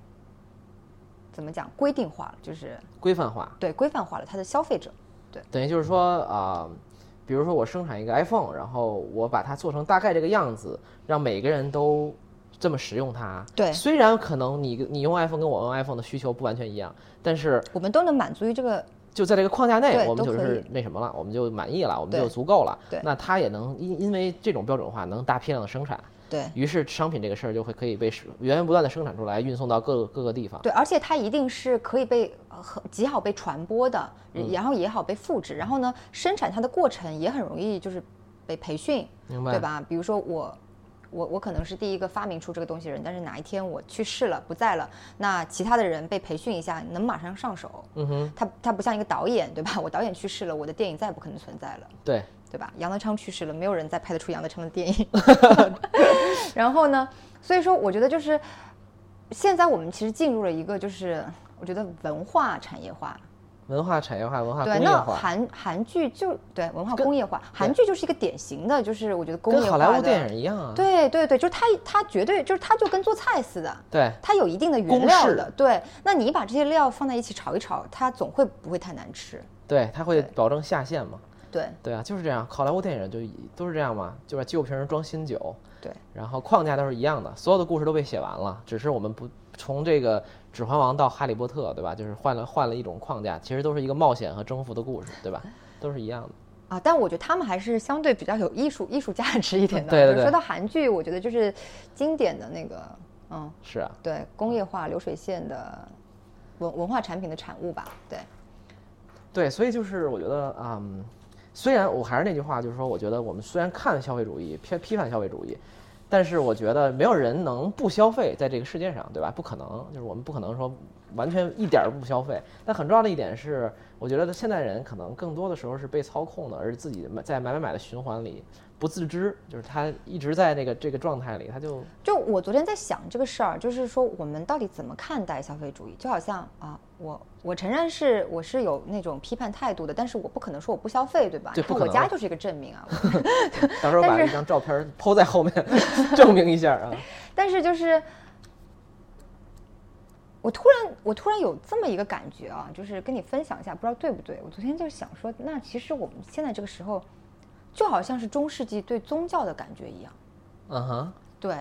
怎么讲规定化了，就是规范化对规范化了它的消费者，对。等于就是说啊、比如说我生产一个 iPhone，然后我把它做成大概这个样子，让每个人都这么使用它。对虽然可能你你用 iPhone 跟我用 iPhone 的需求不完全一样，但是我们都能满足于这个就在这个框架内，对我们都就可是以那什么了，我们就满意了，我们对就足够了。对那它也能因因为这种标准化，能大批量的生产。对于是商品这个事儿就会可以被使源源不断的生产出来，运送到各各个地方。对，而且它一定是可以被呃很极好被传播的，嗯然后也好被复制，然后呢，生产它的过程也很容易就是被培训，明白对吧？比如说我。我我可能是第一个发明出这个东西的人，但是哪一天我去世了不在了，那其他的人被培训一下，能马上上手。嗯哼，他他不像一个导演，对吧？ [LAUGHS] 我导演去世了，我的电影再也不可能存在了。对，对吧？杨德昌去世了，没有人再拍得出杨德昌的电影。 [LAUGHS] 然后呢，所以说我觉得就是现在我们其实进入了一个就是我觉得文化产业化。文化产业化、文化工对，业那化，韩韩剧就对文化跟工业化，韩剧就是一个典型的，就是我觉得工业跟化好莱坞的电影一样啊。对对对，就是它它绝对就是它就跟做菜似的，对它有一定的原公料式的。对，那你把这些料放在一起炒一炒，它总会不会太难吃。对，它会对保证下限嘛？对对啊，就是这样。好莱坞电影就都是这样嘛，就把旧瓶装新酒，对，然后框架都是一样的，所有的故事都被写完了，只是我们不从这个《指环王》到《哈利波特》，对吧？就是换了换了一种框架，其实都是一个冒险和征服的故事，对吧？都是一样的。啊，但我觉得他们还是相对比较有艺术艺术价值一点的。对对比对如说到韩剧，我觉得就是经典的那个，嗯，是啊，对，工业化流水线的文文化产品的产物吧。对，对，所以就是我觉得，嗯，虽然我还是那句话，就是说，我觉得我们虽然看消费主义，批批判消费主义，但是我觉得没有人能不消费在这个世界上，对吧？不可能，就是我们不可能说完全一点儿不消费。但很重要的一点是，我觉得现代人可能更多的时候是被操控的，而自己买在买买买的循环里不自知，就是他一直在那个这个状态里，他就 [LAUGHS] 就我昨天在想这个事儿，就是说我们到底怎么看待消费主义？就好像啊，我我承认是我是有那种批判态度的，但是我不可能说我不消费，对吧？对不那可我能家就是一个证明啊。到时候把但是一张照片儿抛在后面， [LAUGHS] 证明一下啊。但是就是，我突然我突然有这么一个感觉啊，就是跟你分享一下，不知道对不对？我昨天就想说，那其实我们现在这个时候，就好像是中世纪对宗教的感觉一样，嗯哼，对。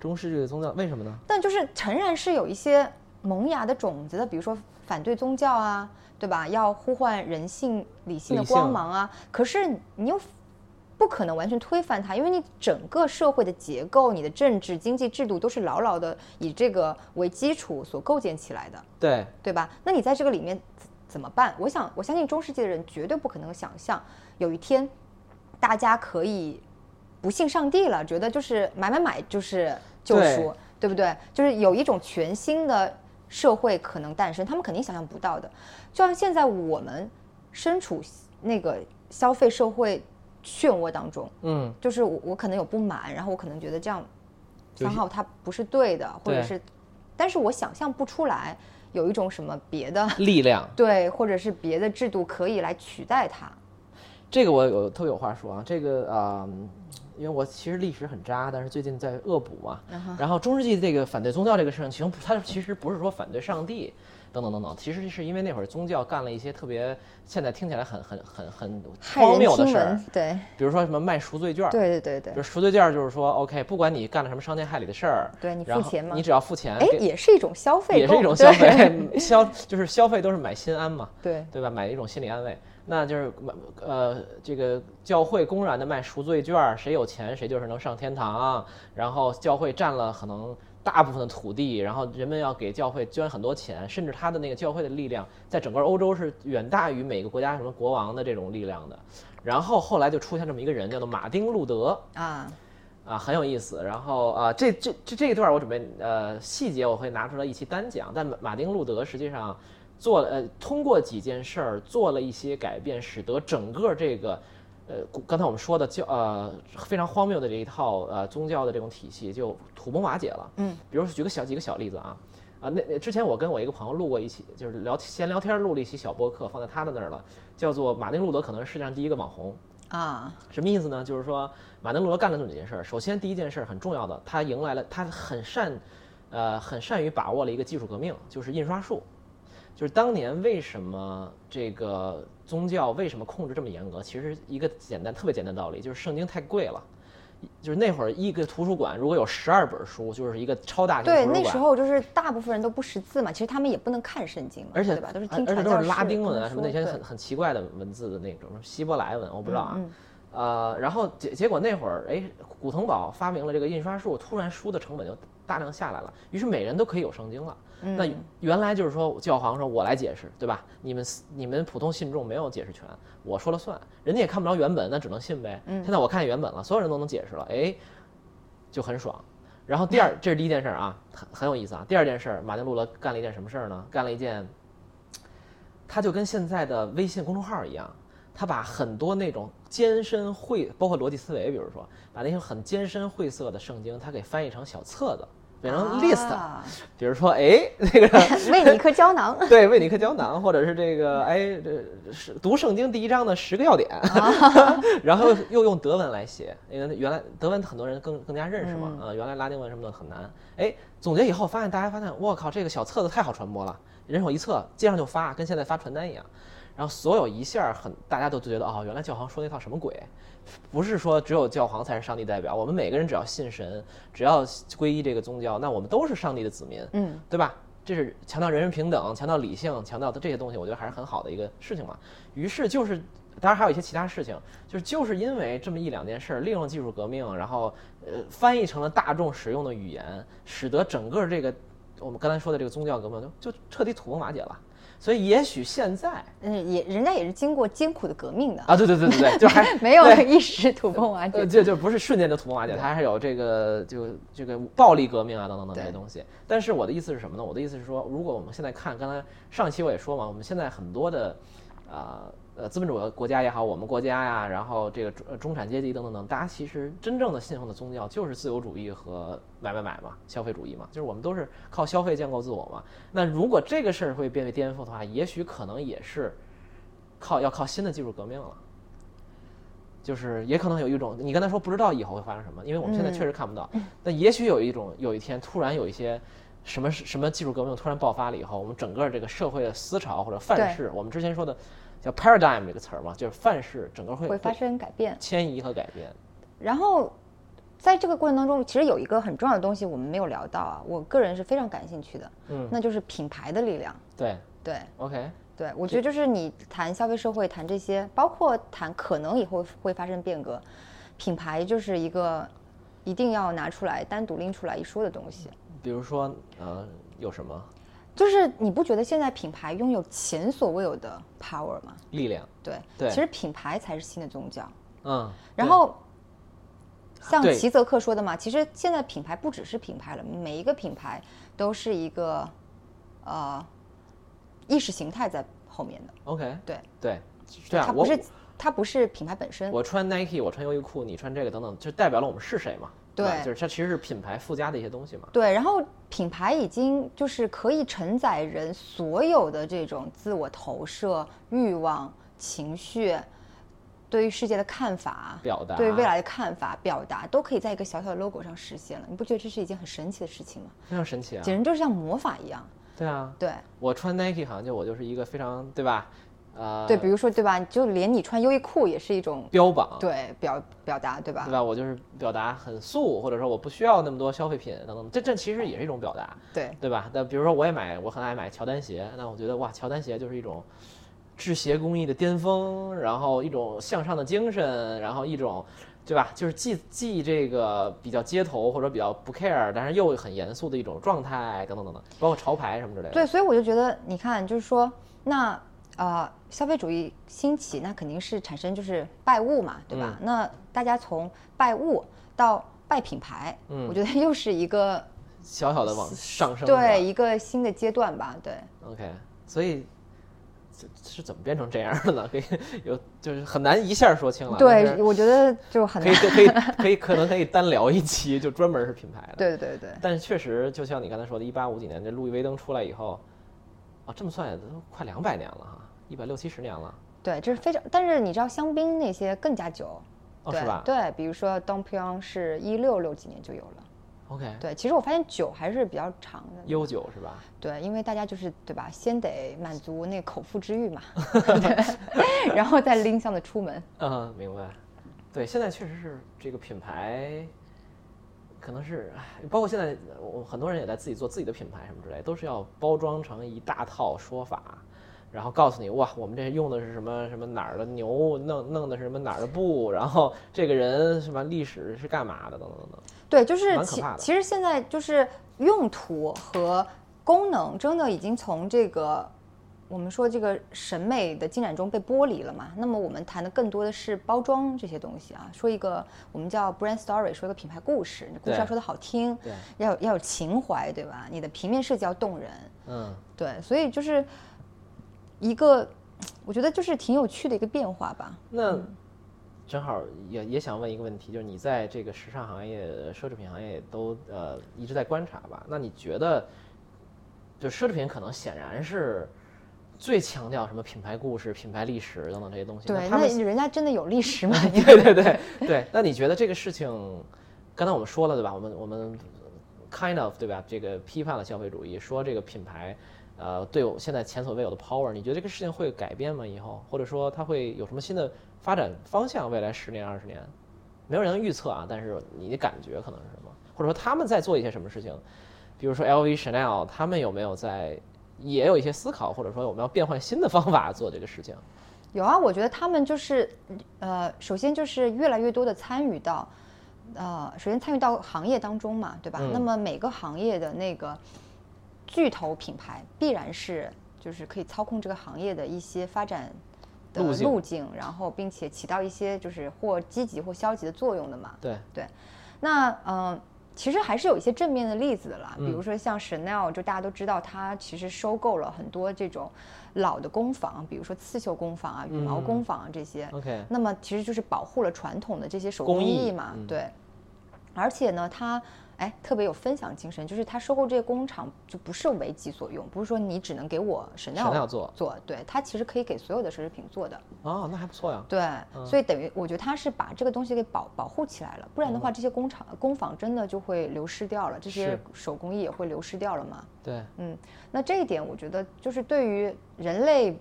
中世纪的宗教为什么呢？但就是诚然是有一些萌芽的种子的，比如说反对宗教啊，对吧？要呼唤人性理性的理性光芒啊。可是你又不可能完全推翻它，因为你整个社会的结构、你的政治经济制度都是牢牢的以这个为基础所构建起来的，对，对吧？那你在这个里面怎怎么办？我想，我相信中世纪的人绝对不可能想象有一天大家可以不信上帝了，觉得就是买买买就是救对赎，对不对？就是有一种全新的社会可能诞生，他们肯定想象不到的。就像现在我们身处那个消费社会漩涡当中，嗯。就是我我可能有不满，然后我可能觉得这样有三些号它不是对的，或者对是，但是我想象不出来有一种什么别的 [LAUGHS] 力量， [LAUGHS] 对，或者是别的制度可以来取代它。这个我有特别有话说啊，这个啊、嗯因为我其实历史很渣，但是最近在恶补嘛。嗯然后中世纪这个反对宗教这个事情，其实不它其实不是说反对上帝等等等等，其实是因为那会儿宗教干了一些特别现在听起来很很很很骇荒人谬的听事儿闻，，对比如说什么卖赎罪券儿，对对对比如对，赎罪券儿就是说，OK，不管你干了什么伤天害理的事儿，对你付然后钱吗你只要付钱，哎，给也是一种消费购，也是一种消对，费， [LAUGHS] 消就是消费都是买心安嘛。对 [LAUGHS] 对吧？买一种心理安慰，那就是买呃，这个教会公然的卖赎罪券儿，谁有钱谁就是能上天堂。然后教会占了可能大部分的土地，然后人们要给教会捐很多钱，甚至他的那个教会的力量，在整个欧洲是远大于每个国家什么国王的这种力量的。然后后来就出现这么一个人，叫做马丁路德，啊，啊，很有意思。然后啊，这这这这一段我准备呃细节我会拿出来一期单讲。但马马丁路德实际上做了呃通过几件事儿做了一些改变，使得整个这个呃古刚才我们说的教呃非常荒谬的这一套呃宗教的这种体系就土崩瓦解了。嗯，比如说举个小几个小例子啊。啊，那那之前我跟我一个朋友录过一期，就是聊闲聊天录了一期小播客，放在他的那儿了，叫做马丁路德可能是世界上第一个网红。啊，什么意思呢？就是说马丁路德干了这么几件事儿。首先，第一件事儿很重要的，他迎来了他很善，呃，很善于把握了一个技术革命，就是印刷术。就是当年为什么这个宗教为什么控制这么严格？其实一个简单、特别简单的道理，就是圣经太贵了。就是那会儿一个图书馆如果有十二本书，就是一个超大型图对，书馆。那时候就是大部分人都不识字嘛，其实他们也不能看圣经嘛，而且对吧，都是而而听且传都教是士拉丁跟文他啊什么说那些对很很奇怪的文字的那种，什么希伯来文，我不知道啊。嗯呃，然后结结果那会儿，哎，古腾堡发明了这个印刷术，突然书的成本就大量下来了，于是每人都可以有圣经了。嗯那原来就是说，教皇说我来解释，对吧？你们你们普通信众没有解释权，我说了算，人家也看不着原本，那只能信呗。现在我看见原本了，所有人都能解释了，哎，就很爽。然后第二，这是第一件事儿啊，很很有意思啊。第二件事儿，马丁路德干了一件什么事儿呢？干了一件，他就跟现在的微信公众号一样，他把很多那种艰深晦，包括逻辑思维，比如说把那些很艰深晦涩的圣经，他给翻译成小册子，变成 list。 [LAUGHS] 啊比如说，哎，那个 [LAUGHS] 为你一颗胶囊 [LAUGHS] 对为你克胶囊，或者是这个哎，这是读圣经第一章的十个要点， [LAUGHS] 然后又用德文来写，因为原来德文很多人更更加认识嘛，呃，原来拉丁文什么的很难。哎，总结以后发现，大家发现，我靠，这个小册子太好传播了，人手一册，街上就发，跟现在发传单一样。然后所有一下很大家都觉得哦，原来教皇说那套什么鬼？不是说只有教皇才是上帝代表，我们每个人只要信神，只要皈依这个宗教，那我们都是上帝的子民，嗯，对吧？这是强调人人平等，强调理性，强调这些东西，我觉得还是很好的一个事情嘛。于是就是，当然还有一些其他事情，就是就是因为这么一两件事儿，利用技术革命，然后呃翻译成了大众使用的语言，使得整个这个我们刚才说的这个宗教革命就就彻底土崩瓦解了。所以也许现 [LAUGHS] 在嗯，也人家也是经过艰苦的革命的，啊，对对对对对，就还 [LAUGHS] 没有对一时土崩瓦呃，解。就就不是瞬间就土崩瓦解，它还有这个就这个暴力革命啊等等等这些对东西。但是我的意思是什么呢？我的意思是说，如果我们现在看，刚才上一期我也说嘛，我们现在很多的啊呃资本主义国家也好，我们国家呀，然后这个中呃中产阶级等等等，大家其实真正的信奉的宗教就是自由主义和买买买嘛，消费主义嘛，就是我们都是靠消费建构自我嘛。那如果这个事儿会变为颠覆的话，也许可能也是靠要靠新的技术革命了。就是也可能有一种，你刚才说不知道以后会发生什么，因为我们现在确嗯实看不到。那、也许有一种，有一天突然有一些什么什么技术革命突然爆发了以后，我们整个这个社会的思潮或者范对式，我们之前说的叫 paradigm 这个词儿嘛，就是范式整个会 [LAUGHS] 会发生改变，迁移和改变。然后在这个过程当中，其实有一个很重要的东西我们没有聊到啊，我个人是非常感兴趣的，嗯那就是品牌的力量。对对，OK，对，我觉得就是你谈消费社会，谈这些，包括谈可能以后会发生变革，品牌就是一个一定要拿出来单独拎出来一说的东西。比如说呃有什么就是你不觉得现在品牌拥有前所未有的 power 吗？力量？对，对其实品牌才是新的宗教。嗯，然对后，像对齐泽克说的嘛，其实现在品牌不只是品牌了，每一个品牌都是一个呃意识形态在后面的。 OK，对，对，这样它不啊我是它不是品牌本身。我穿 Nike，我穿优衣库，你穿这个等等，就代表了我们是谁嘛？吧对就是它其实是品牌附加的一些东西嘛。对，然后品牌已经就是可以承载人所有的这种自我投射、欲望、情绪，对于世界的看法、表达对未来的看法、表达，都可以在一个小小的 logo 上实现了。你不觉得这是一件很神奇的事情吗？非常神奇啊！简直就是像魔法一样。对啊，对我穿 Nike 好像就我就是一个非常对吧？呃，对，比如说对吧？你就连你穿优衣库也是一种标榜，对表表达，对吧？对吧？我就是表达很素，或者说我不需要那么多消费品等等，这这其实也是一种表达，对对吧？那比如说我也买，我很爱买乔丹鞋，那我觉得哇，乔丹鞋就是一种制鞋工艺的巅峰，然后一种向上的精神，然后一种。对吧？就是既既这个比较街头或者比较不 care，但是又很严肃的一种状态，等等等等，包括潮牌什么之类的。对，所以我就觉得，你看，就是说，那呃，消费主义兴起，那肯定是产生就是拜物嘛，对嗯吧？那大家从拜物到拜品牌，嗯我觉得又是一个小小的往上升。是吧对一个新的阶段吧，对。 OK，所以这这是怎么变成这样的呢？ [LAUGHS] 可以有就是很难一下说清了。但对，是我觉得就很可以可以难。 [LAUGHS] 可以可能可以单聊一期，就专门是品牌的。，对对对，但是确实就像你刚才说的，一八五几年这路易威登出来以后，啊，这么算也都快两百年了哈，一百六七十年了，对，这是非常。但是你知道，香槟那些更加久，哦对是吧对，比如说 Dom p i o n 是一六六几年就有了。 ？OK，对，其实我发现酒还是比较长的。悠久是吧？对，因为大家就是对吧，先得满足那口腹之欲嘛， [LAUGHS] 对 [LAUGHS] 然后再拎箱子出门。嗯，明白。对，现在确实是这个品牌，可能是唉包括现在我很多人也在自己做自己的品牌什么之类，都是要包装成一大套说法，然后告诉你哇，我们这用的是什么什么哪儿的牛，弄弄的是什么哪儿的布，然后这个人什么历史是干嘛的，等等等等。对，就是蛮可其怕的其实现在就是用途和功能真的已经从这个我们说这个审美的进展中被剥离了嘛。那么我们谈的更多的是包装这些东西啊，说一个我们叫 brand story，说一个品牌故事，你故事要对说的好听，对要有要有情怀，对吧？你的平面设计要动人，嗯，对，所以就是一个，我觉得就是挺有趣的一个变化吧。那正好也也想问一个问题，就是你在这个时尚行业、奢侈品行业都呃一直在观察吧？那你觉得，就奢侈品可能显然是最强调什么品牌故事、品牌历史等等这些东西。对，他那们人家真的有历史吗？ [LAUGHS] 对对对对，那你觉得这个事情，刚才我们说了对吧？我们我们 kind of 对吧？这个批判了消费主义，说这个品牌。呃，对我现在前所未有的 power，你觉得这个事情会改变吗？以后或者说它会有什么新的发展方向？未来十年、二十年，没有人能预测啊，但是你的感觉可能是什么？或者说他们在做一些什么事情？比如说 LV、Chanel，他们有没有在也有一些思考，或者说我们要变换新的方法做这个事情？有啊，我觉得他们就是，呃，首先就是越来越多的参与到，呃，首先参与到行业当中嘛，对吧？嗯那么每个行业的那个巨头品牌必然是就是可以操控这个行业的一些发展的路路径径，然后并且起到一些就是或积极或消极的作用的嘛。对，对，那嗯、呃其实还是有一些正面的例子的啦，嗯比如说像 Chanel，就大家都知道，它其实收购了很多这种老的工坊，比如说刺绣工坊啊、羽毛嗯工坊啊这些。 OK，那么其实就是保护了传统的这些手工工艺艺嘛，嗯对。而且呢，它哎特别有分享精神，就是它收购这些工厂就不是为己所用，不是说你只能给我 Chanel Chanel 做做，对，它其实可以给所有的奢侈品做的。哦，那还不错呀。对，嗯所以等于我觉得他是把这个东西给保保护起来了，不然的话，这些工厂工坊真的就会流失掉了，这些嗯是手工艺也会流失掉了嘛。对，嗯，那这一点我觉得就是对于人类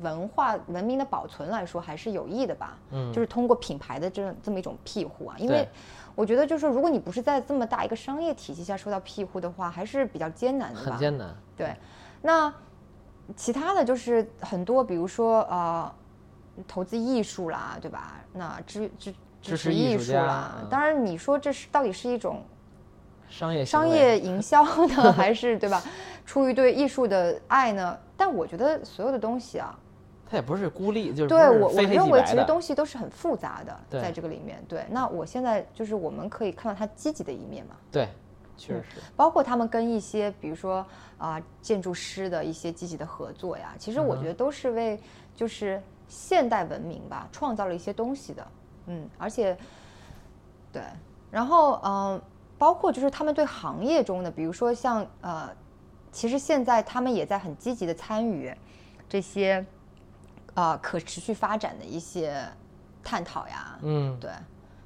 文化文明的保存来说还是有益的吧。嗯就是通过品牌的这这么一种庇护啊，因对为我觉得就是如果你不是在这么大一个商业体系下受到庇护的话，还是比较艰难的吧。很艰难。对，那其他的就是很多，比如说呃，投资艺术啦，对吧？那支支支持持艺艺术术家啦。嗯当然，你说这是到底是一种商业行商为业营 [LAUGHS] 销呢，还是对吧？出于对艺术的爱呢？但我觉得所有的东西啊，它也不是孤立，就是对不是我我非黑认即为白其实的东西都是很复杂的，对在这个里面。对，那我现在就是我们可以看到它积极的一面嘛。对，确实是。包括他们跟一些，比如说啊、建筑师的一些积极的合作呀，其实我觉得都是为就是现代文明吧，创造了一些东西的，嗯，而且对，然后嗯、包括就是他们对行业中的，比如说像呃，其实现在他们也在很积极的参与这些啊、可持续发展的一些探讨呀，嗯，对。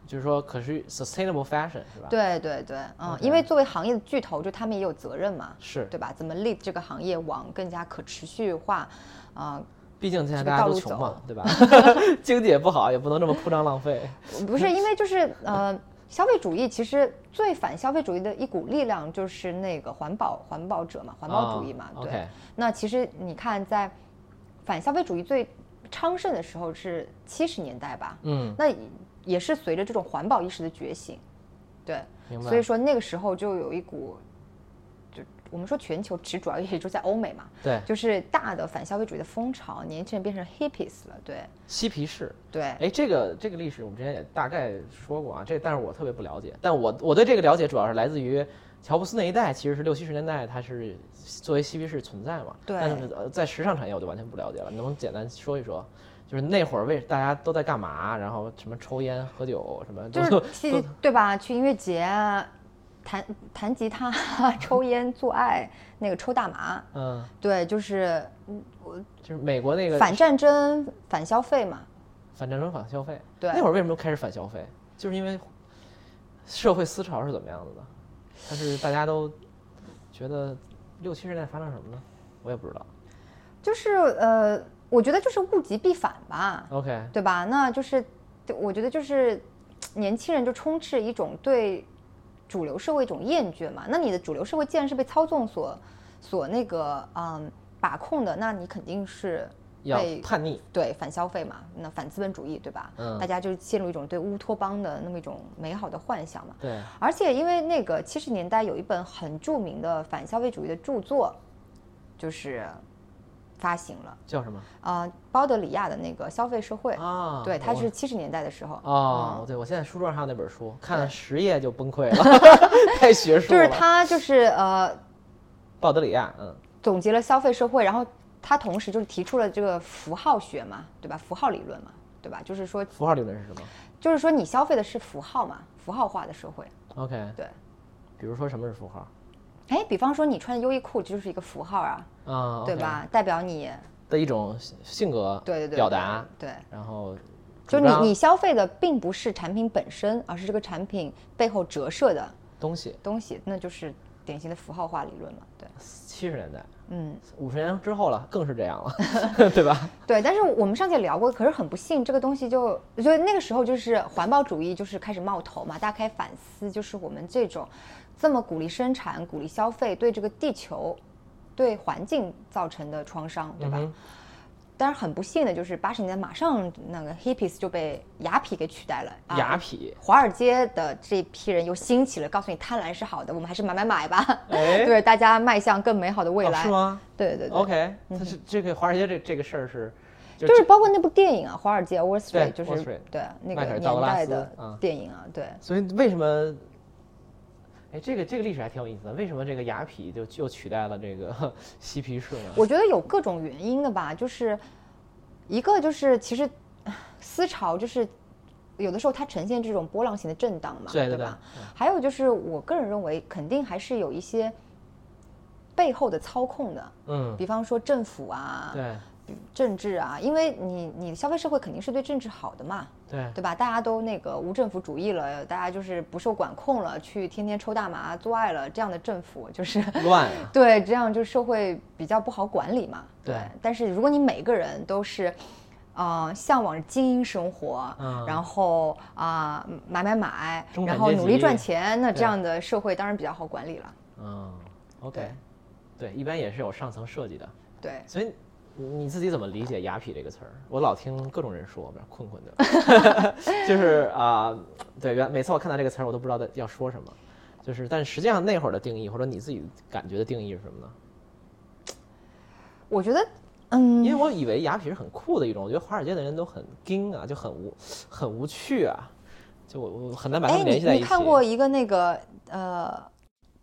就是说，可是 sustainable fashion 是吧？，对对对，嗯 OK 因为作为行业的巨头，就他们也有责任嘛，是。对吧？怎么 lead 这个行业往更加可持续化？啊、毕竟现在这个大家道都路穷走嘛，对吧？ [LAUGHS] 经济也不好，也不能这么铺张浪费。不是，因为就是呃，消费主义其实最反消费主义的一股力量就是那个环保环保者嘛，环保主义嘛，啊对。 OK，那其实你看，在反消费主义最昌盛的时候是七十年代吧，嗯，那也是随着这种环保意识的觉醒，对，明白。所以说那个时候就有一股，就我们说全球其实主要也就在欧美嘛，对，就是大的反消费主义的风潮，年轻人变成 hippies 了，对嬉皮士。对，哎，这个这个历史我们之前也大概说过啊，这但是我特别不了解。但我我对这个了解主要是来自于乔布斯那一代，其实是六七十年代，它是作为嬉皮士存在嘛。对但是呃在时尚产业我就完全不了解了，你能不能简单说一说？就是那会儿为大家都在干嘛？然后什么抽烟、喝酒，什么就都是去对吧？去音乐节啊，弹 [LAUGHS] 弹吉他，啊 [LAUGHS] 抽烟、做爱，那个抽大麻，嗯，对，就是就是美国那个反战争、反消费嘛，反战争、反消费。对那会儿为什么开始反消费？就是因为社会思潮是怎么样子的？但是大家都觉得六七十年代发生什么呢？我也不知道。就是呃，我觉得就是物极必反吧， OK，对吧？那就是对我觉得就是年轻人就充斥一种对主流社会一种厌倦嘛。那你的主流社会既然是被操纵所所那个嗯把控的，那你肯定是要被叛逆，对反消费嘛，那反资本主义对吧？嗯大家就陷入一种对乌托邦的那么一种美好的幻想嘛。对，而且因为那个七十年代有一本很著名的反消费主义的著作，就是发行了。叫什么啊，鲍德里亚的那个消费社会，啊？对，它我是嗯七十年代的时候，哦，对，我现在书桌上还有那本书，看了十页就崩溃了， [LAUGHS] 太学术就了。是他就是呃鲍德里亚，嗯，总结了消费社会，然后他同时就是提出了这个符号学嘛，对吧？符号理论嘛，对吧？就是说符号理论是什么就是说你消费的是符号嘛，符号化的社会， ？OK，对。比如说什么是符号哎，比方说你穿优衣库就是一个符号啊，啊？对 OK，吧？代表你的一种性格对对对表达，对。然后就主你张你消费的并不是产品本身，而是这个产品背后折射的东西东西，那就是典型的符号化理论嘛，对，七十年代，嗯，五十年之后了，更是这样 [LAUGHS] 了，对吧？对。但是我们上次也聊过，可是很不幸，这个东西就所以那个时候就是环保主义就是开始冒头嘛，大家开始反思，就是我们这种这么鼓励生产、鼓励消费，对这个地球、对环境造成的创伤，对吧？嗯哼但是很不幸的就是八十年代马上那个 hippies 就被雅痞给取代了，啊雅 [LAUGHS] 痞，华尔街的这批人又兴起了，告诉你贪婪是好的，我们还是买买买吧，哎对，大家迈向更美好的未哦来，是吗对对对嗯？OK，它是这个华尔街这这个事儿是，就就是包括那部电影啊，《华尔街 Wall 对 Street》，就 Wall 是 Street 对那迈克个尔道格年拉代斯的啊电影啊，对，所以为什么？哎，这个这个历史还挺有意思的。为什么这个雅痞就就取代了这个 [LAUGHS] 嬉皮士呢？我觉得有各种原因的吧，就是一个就是其实唉思潮就是有的时候它呈现这种波浪形的震荡嘛，对对吧？还有就是我个人认为，肯定还是有一些背后的操控的，嗯，比方说政府啊、 [LAUGHS] 对政治啊，因为你你消费社会肯定是对政治好的嘛，对对吧？大家都那个无政府主义了，大家就是不受管控了，去天天抽大麻、做爱了，这样的政府就是。 [LAUGHS] 乱啊，对，这样就社会比较不好管理嘛。对但是如果你每个人都是，呃，向往精英生活，嗯然后啊、买买买中，产然后阶努力级赚钱，那这对样的社会当然比较好管理了。嗯，OK，对对，一般也是有上层设计的。对，所以你自己怎么理解“雅痞”这个词儿？我老听各种人说，不是困困的， [LAUGHS] 就是啊、对，原每次我看到这个词儿，我都不知道在要说什么。就是，但实际上那会儿的定义，或者你自己感觉的定义是什么呢？我觉得，嗯，因为我以为雅痞是很酷的一种，我觉得华尔街的人都很精啊，就很无很无趣啊，就我我很难把他哎，们你联系在一你起。看过一个那个呃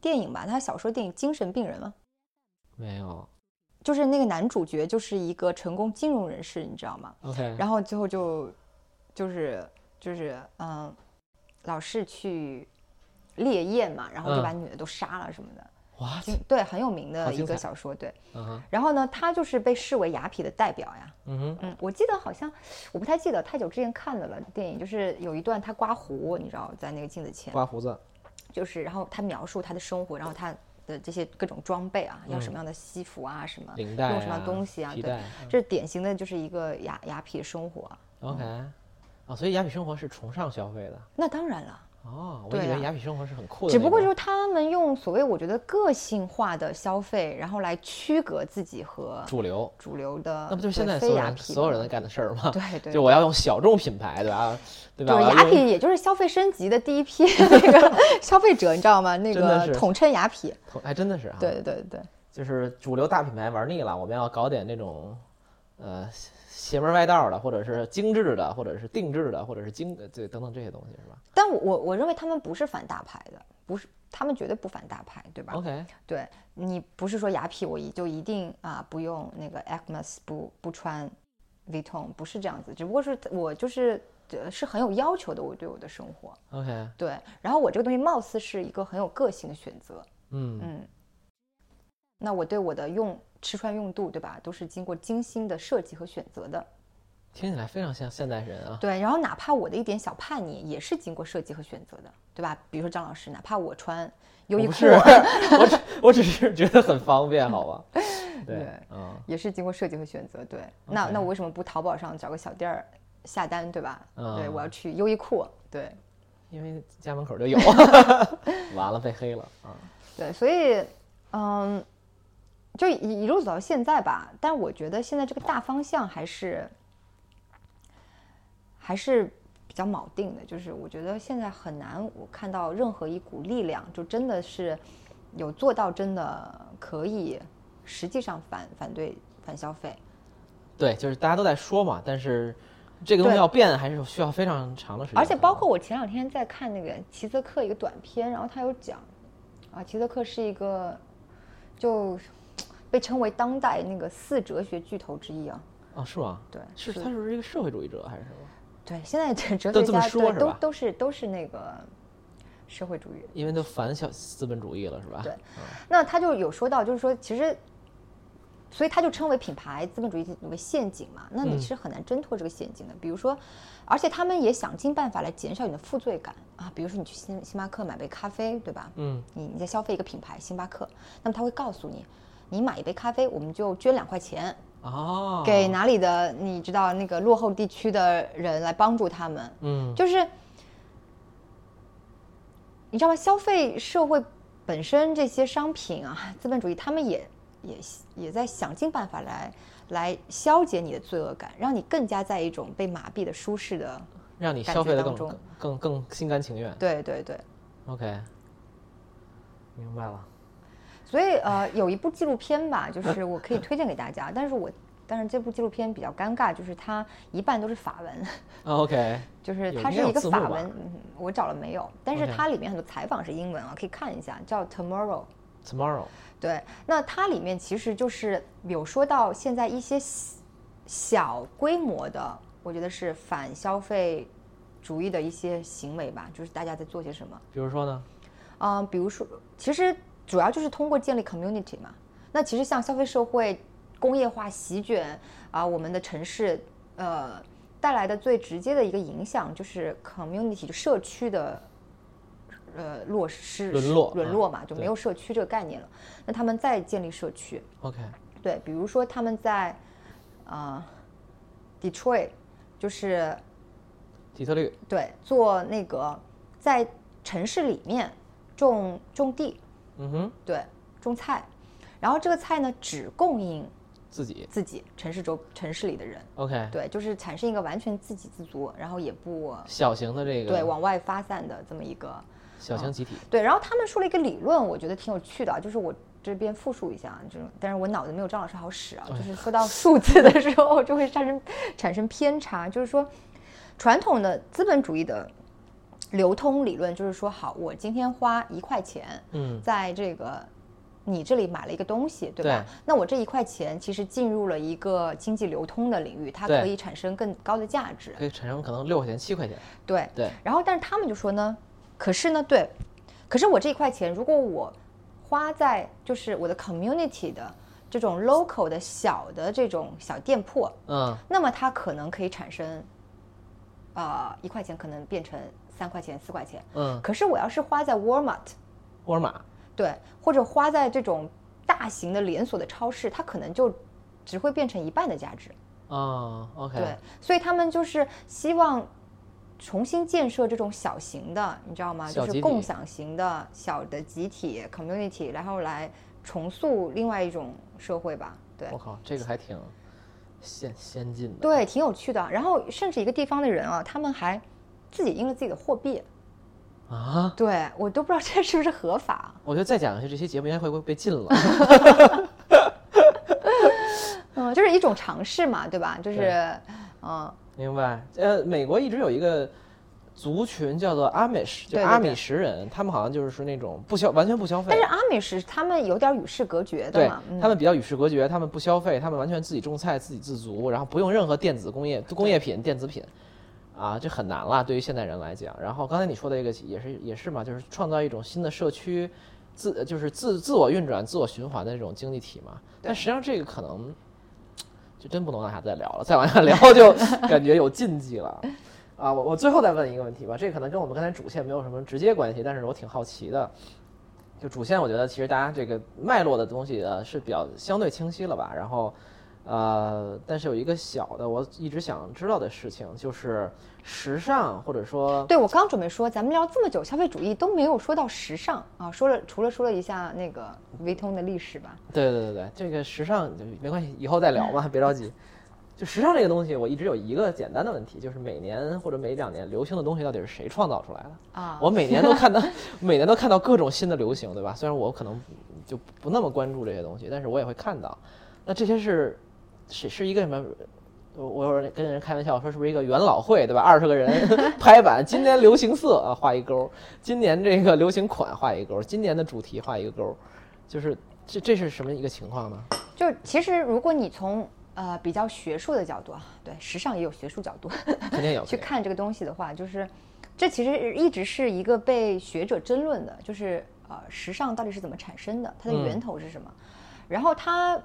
电影吧？他小说电影《精神病人》吗？没有就是那个男主角就是一个成功金融人士，你知道吗？ ？OK，然后最后就就是就是嗯，老是去猎艳嘛，然嗯后就把女的都杀了什么的，哇，就对，很有名好的一精个彩小说，对。嗯哼然后呢，他就是被视为雅痞的代表呀。嗯哼，嗯，我记得好像我不太记得太久之前看的了电影，就是有一段他刮胡，你知道，在那个镜子前，刮胡子，就是然后他描述他的生活，然后他。的这些各种装备啊，嗯要什么样的西服啊，什么领带用什么啊东西啊，皮对带，这典型的就是一个雅雅痞生活啊。 OK，哦，所以雅痞生活是崇尚消费的。那当然了，哦，我对以啊为雅痞生活是很酷的那种，只不过就是他们用所谓我觉得个性化的消费，然后来区隔自己和主流，主流的，那不就是现呃对在所非有雅人痞所有人嘛在干的事儿吗？对 [LAUGHS] 对对就我要用小众品牌，对吧？对吧？就是我要雅用痞，也就是消费升级的第一批 [LAUGHS] 那个消费者，你知道吗？那真的个是统称雅痞，同，还真的是啊，对对对对，就是主流大品牌玩腻了，我们要搞点那种，呃，邪邪门歪道的，或者是精致的，或者是定制的，或者是精呃对等等这些东西是吧但我我我认为他们不是反大牌的，不是，他们绝对不反大牌，对吧？ ？OK，对你不是说雅痞我一就一定啊不用那个 Acmes 不不穿 Vuitton 不是这样子，只不过是我就是呃是很有要求的，我对我的生活。 OK，对，然后我这个东西貌似是一个很有个性的选择，嗯，嗯，那我对我的用吃穿用度，对吧，都是经过精心的设计和选择的，听起来非常像现代人 [LAUGHS] 啊。对，然后哪怕我的一点小叛逆，也是经过设计和选择的，对吧？比如说张老师，哪怕我穿优衣我不库，啊是，我只我只是觉得很方便，好 [LAUGHS] 吧？对对，嗯也是经过设计和选择，对，那 OK 那我为什么不淘宝上找个小店儿下单，对吧？对，我要嗯去优衣库，对。因为家门口就有，完了被 [LAUGHS] 黑了啊。对，所以，嗯，就一一路走到现在吧。但我觉得现在这个大方向还是还是比较锚定的，就是我觉得现在很难我看到任何一股力量，就真的是有做到真的可以实际上反反对反消费。对，就是大家都在说嘛，但是这个东西对要变还是需要非常长的时间。而且包括我前两天在看那个齐泽克一个短片，然后他有讲，啊，齐泽克是一个就被称为当代那个四哲学巨头之一啊。哦，是吗？对是是他是不是一个社会主义者还是什么？对，现在哲哲都学这么家说对是都吧都是都是那个社会主义。因为都反小资本主义了，是吧？啊对那他就有说到，就是说其实所以它就称为品牌资本主义为陷阱嘛。那嗯你是很难挣脱这个陷阱的。比如说，而且他们也想尽办法来减少你的负罪感啊。比如说，你去星星巴克买杯咖啡，对吧？嗯，你你在消费一个品牌星巴克，那么他会告诉你，你买一杯咖啡，我们就捐两块钱哦，给哪里的，你知道那个落后地区的人来帮助他们。嗯就是你知道吗？消费社会本身这些商品啊，资本主义他们也也也在想尽办法来来消解你的罪恶感，让你更加在一种被麻痹的舒适的。让你感消觉费的更当中更更心甘情愿。对对对， OK，明啊白了。所以呃，有一部纪录 [LAUGHS] 片吧，就是我可以推荐给大家，但是我但是这部纪录片比较尴尬，就是它一半都是法文。 [LAUGHS] 啊 OK，就是有它应是该有一个字幕法吧文，嗯我找了没有，但是 OK 它里面很多采访是英文啊，可以看一下，叫 Tomorrow。 tomorrow，对，那它里面其实就是有说到现在一些小小规模的，我觉得是反消费主义的一些行为吧，就是大家在做些什么。比如说呢？嗯、比如说，其实主要就是通过建立 community 嘛。那其实像消费社会工业化席卷啊、我们的城市呃带来的最直接的一个影响就是 community 就社区的呃落失沦落沦啊落嘛，就对没有社区这个概念了。那他们再建立社区， OK，对，比如说他们在啊、呃、Detroit 就是底特律。对，做那个在城市里面种种地，嗯哼，对，种菜，然后这个菜呢只供应自己。自己城市周城市里的人， OK，对，就是产生一个完全自给自足，然后也不小型的这个，对往嗯外发散的这么一个小型集体。对，然后他们说了一个理论，我觉得挺有趣的啊，就是我这边复述一下啊，就是但是我脑子没有张老师好使啊，就是说到数字的时候就会产生产生偏差，就是说传统的资本主义的流通理论就是说，好，我今天花一块钱，嗯，在这个。你这里买了一个东西，对吧？对那我这一块钱其实进入了一个经济流通的领域，它对可以产生更高的价值。可以产生可能六块钱、七块钱。对， [LAUGHS] 对，然后，但是他们就说呢，可是呢，对，可是我这一块钱，如果我花在就是我的 community 的这种 local 的小的这种小店铺，嗯，那么它可能可以产生，呃，一块钱可能变成三块钱、四块钱。嗯，可是我要是花在 Walmart，沃尔玛。对，或者花在这种大型的连锁的超市，它可能就只会变成一半的价值。啊，OK，对，所以他们就是希望重新建设这种小型的，你知道吗？小就集体是共享型的小的集体 community，然后来重塑另外一种社会吧。对我靠，这个还挺先先进的。对，挺有趣的。然后甚至一个地方的人啊，他们还自己印了自己的货币。啊，对我都不知道这是不是合法。我觉得再讲下去，这些节目应该会会被禁 [LAUGHS] 了。嗯，就是一种尝试嘛，对吧？就是对，嗯，明白。呃，美国一直有一个族群叫做阿美什，就对对阿对米什人，他们好像就是说那种不消完全不消费。但是阿美是他们有点与世隔绝的对嘛，嗯他们比较与世隔绝，他们不消费，他们完全自己种菜，自给自足，然后不用任何电子工业工业品、电子品，啊，这很难了，对于现代人来讲。然后刚才你说的这个也是也是嘛，就是创造一种新的社区，自就是自自我运转、自我循环的这种经济体嘛。但实际上这个可能就真不能往下再聊了，再往下聊就 [LAUGHS] 感觉有禁忌了。啊，我我最后再问一个问题吧，这可能跟我们刚才主线没有什么直接关系，但是我挺好奇的。就主线，我觉得其实大家这个脉络的东西呃是比较相对清晰了吧。然后，呃，但是有一个小的我一直想知道的事情，就是时尚或者说嗯对，我刚准备说，咱们聊这么久消费主义都没有说到时尚啊，说了除了说了一下那个维通的历史吧，对对对对，这个时尚就没关系，以后再聊嘛，别着急。就时尚这个东西，我一直有一个简单的问题，就是每年或者每两年流行的东西到底是谁创造出来的？啊，我每年都看到， [LAUGHS] 每年都看到各种新的流行，对吧？虽然我可能就不那么关注这些东西，但是我也会看到。那这些是是是一个什么？我我有人跟人开玩笑说，是不是一个元老会，对吧？二十个人 [LAUGHS] 拍板，今年流行色啊画一勾，今年这个流行款画一勾，今年的主题画一个勾，就是这这是什么一个情况呢？就其实如果你从呃比较学术的角度啊，对，时尚也有学术角度肯定有去看这个东西的话，就是这其实一直是一个被学者争论的，就是呃时尚到底是怎么产生的，它的嗯源头是什么，然后它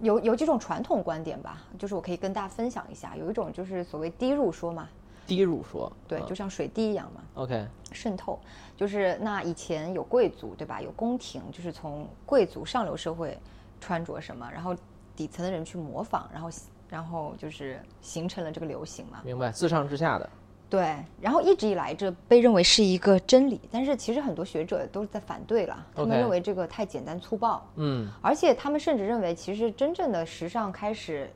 有有几种传统观点吧，就是我可以跟大家分享一下。有一种就是所谓低入说嘛，低入说，对，嗯就像水滴一样嘛， OK，渗透。就是那以前有贵族对吧？有宫廷，就是从贵族上流社会穿着什么，然后底层的人去模仿，然后然后就是形成了这个流行嘛。明白，自上至下的，对，然后一直以来这被认为是一个真理，但是其实很多学者都是在反对了，他们 OK 认为这个太简单粗暴，嗯，而且他们甚至认为，其实真正的时尚开始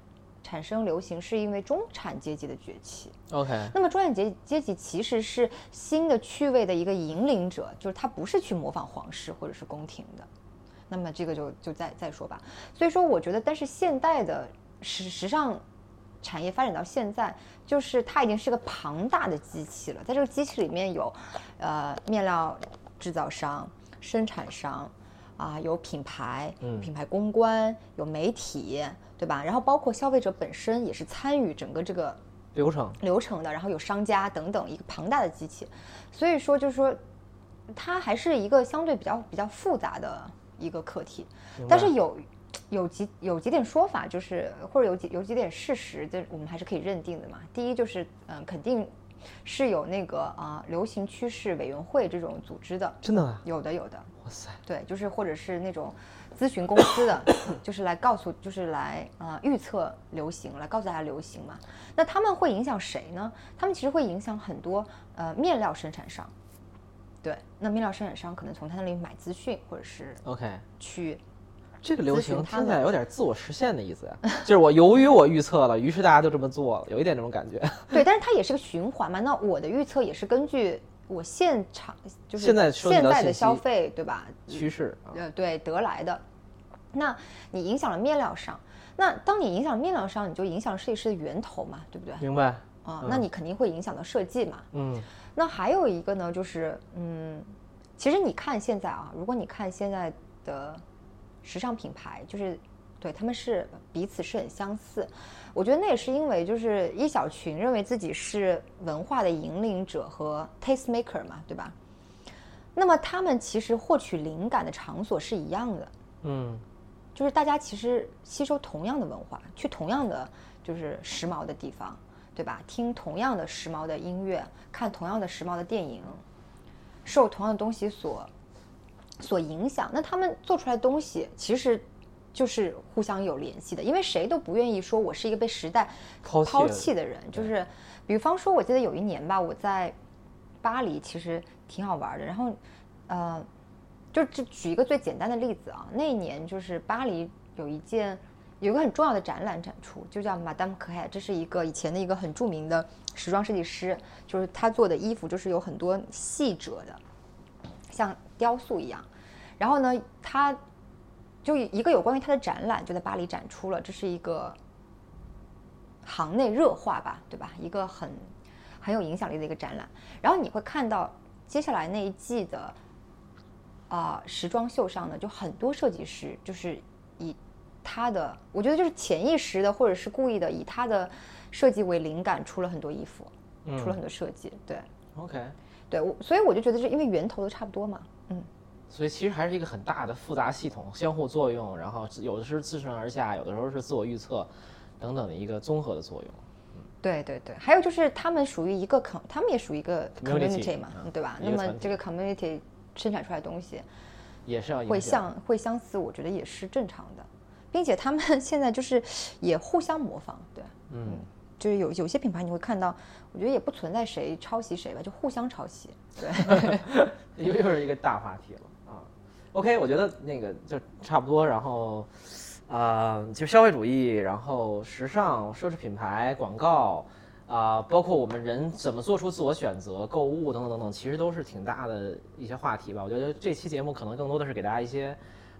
产生流行，是因为中产阶级的崛起。 OK，那么中产阶阶级其实是新的趣味的一个引领者，就是他不是去模仿皇室或者是宫廷的。那么这个就就再再说吧。所以说，我觉得，但是现代的时时尚产业发展到现在，就是它已经是个庞大的机器了。在这个机器里面有，呃，面料制造商、生产商。啊，有品牌，嗯品牌公关，有媒体，对吧？然后包括消费者本身也是参与整个这个流程，流程的，然后有商家等等一个庞大的机器，所以说就是说，它还是一个相对比较比较复杂的一个课题。明白但是有有几有几点说法，就是或者有几有几点事实，这我们还是可以认定的嘛。第一就是，嗯、肯定是有那个啊、流行趋势委员会这种组织的，真的啊，有的有的，哇塞，对，就是或者是那种咨询公司的， [COUGHS] 就是来告诉，就是来啊、呃预测流行，来告诉大家流行嘛。那他们会影响谁呢？他们其实会影响很多呃面料生产商。对，那面料生产商可能从他那里买资讯，或者是，OK，去这个流咨询行他听起来们有点自我实现的意思呀， [LAUGHS] 就是我由于我预测了，于是大家就这么做了，有一点这种感觉。对，但是它也是个循环嘛。那我的预测也是根据我现场就是现在收集现到在信的息消费，对吧？ [LAUGHS] 趋势啊，呃，对得来的。那你影响了面料商，那当你影响面料商，你就影响设计师的源头嘛，对不对？明白？啊、嗯那你肯定会影响到设计嘛。嗯，那还有一个呢，就是嗯，其实你看现在啊，如果你看现在的时尚品牌，就是对他们是彼此是很相似。我觉得那也是因为就是一小群认为自己是文化的引领者和 taste maker 嘛，对吧？那么他们其实获取灵感的场所是一样的，嗯，就是大家其实吸收同样的文化，去同样的就是时髦的地方，对吧？听同样的时髦的音乐，看同样的时髦的电影，受同样的东西所所影响，那他们做出来的东西其实就是互相有联系的，因为谁都不愿意说我是一个被时代抛弃抛了弃的人。就是，比方说，我记得有一年吧，我在巴黎，其实挺好玩的。然后，呃，就只举一个最简单的例子啊，那一年就是巴黎有一件有一个很重要的展览展出，就叫 Madame c a 这是一个以前的一个很著名的时装设计师，就是他做的衣服就是有很多细褶的，像雕塑一样。然后呢，他就一个有关于他的展览就在巴黎展出了，这是一个行内热话吧，对吧？一个很很有影响力的一个展览。然后你会看到接下来那一季的啊、时装秀上呢，就很多设计师就是以他的，我觉得就是潜意识的或者是故意的，以他的设计为灵感出了很多衣服，出嗯了很多设计。对，OK，对，我所以我就觉得是因为源头都差不多嘛，嗯。所以其实还是一个很大的复杂系统，相互作用，然后有的是自上而下，有的时候是自我预测，等等的一个综合的作用。对对对，还有就是他们属于一个 com，他们也属于一个 Community， community 嘛，嗯对吧？一那个么团体这个 community 生产出来的东西也是要影会响。相会相似，我觉得也是正常的，并且他们 [LAUGHS] 现在就是也互相模仿，对，嗯，就是有有些品牌你会看到，我觉得也不存在谁抄袭谁吧，就互相抄袭，对又又是一个大话题了啊。OK，我觉得那个就差不多，然后，呃，就消费主义，然后时尚、奢侈品牌、广告，啊、包括我们人怎么做出自我选择、购物等等等等，其实都是挺大的一些话题吧。我觉得这期节目可能更多的是给大家一些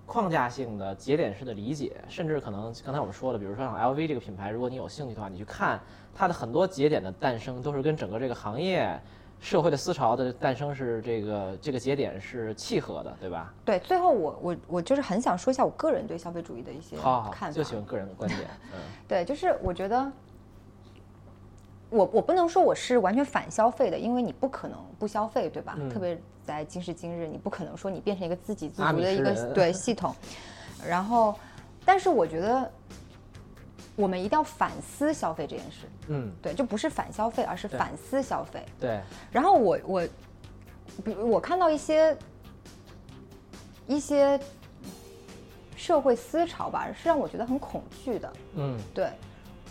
框架性的、节点式的理解，甚至可能刚才我们说了，比如说像 LV 这个品牌，如果你有兴趣的话，你去看它的很多节点的诞生，都是跟整个这个行业。社会的思潮的诞生是这个这个节点是契合的，对吧？对。最后我我我就是很想说一下我个人对消费主义的一些好好好，看法，就喜欢个人的观点。嗯，对，就是我觉得我我不能说我是完全反消费的，因为你不可能不消费，对吧？嗯特别在今时今日，你不可能说你变成一个自给自阿足米的一什个人对系统。然后，但是我觉得我们一定要反思消费这件事。嗯，对，就不是反消费，而是对反思消费。对，然后我我，比如我看到一些一些社会思潮吧，是让我觉得很恐惧的。嗯，对，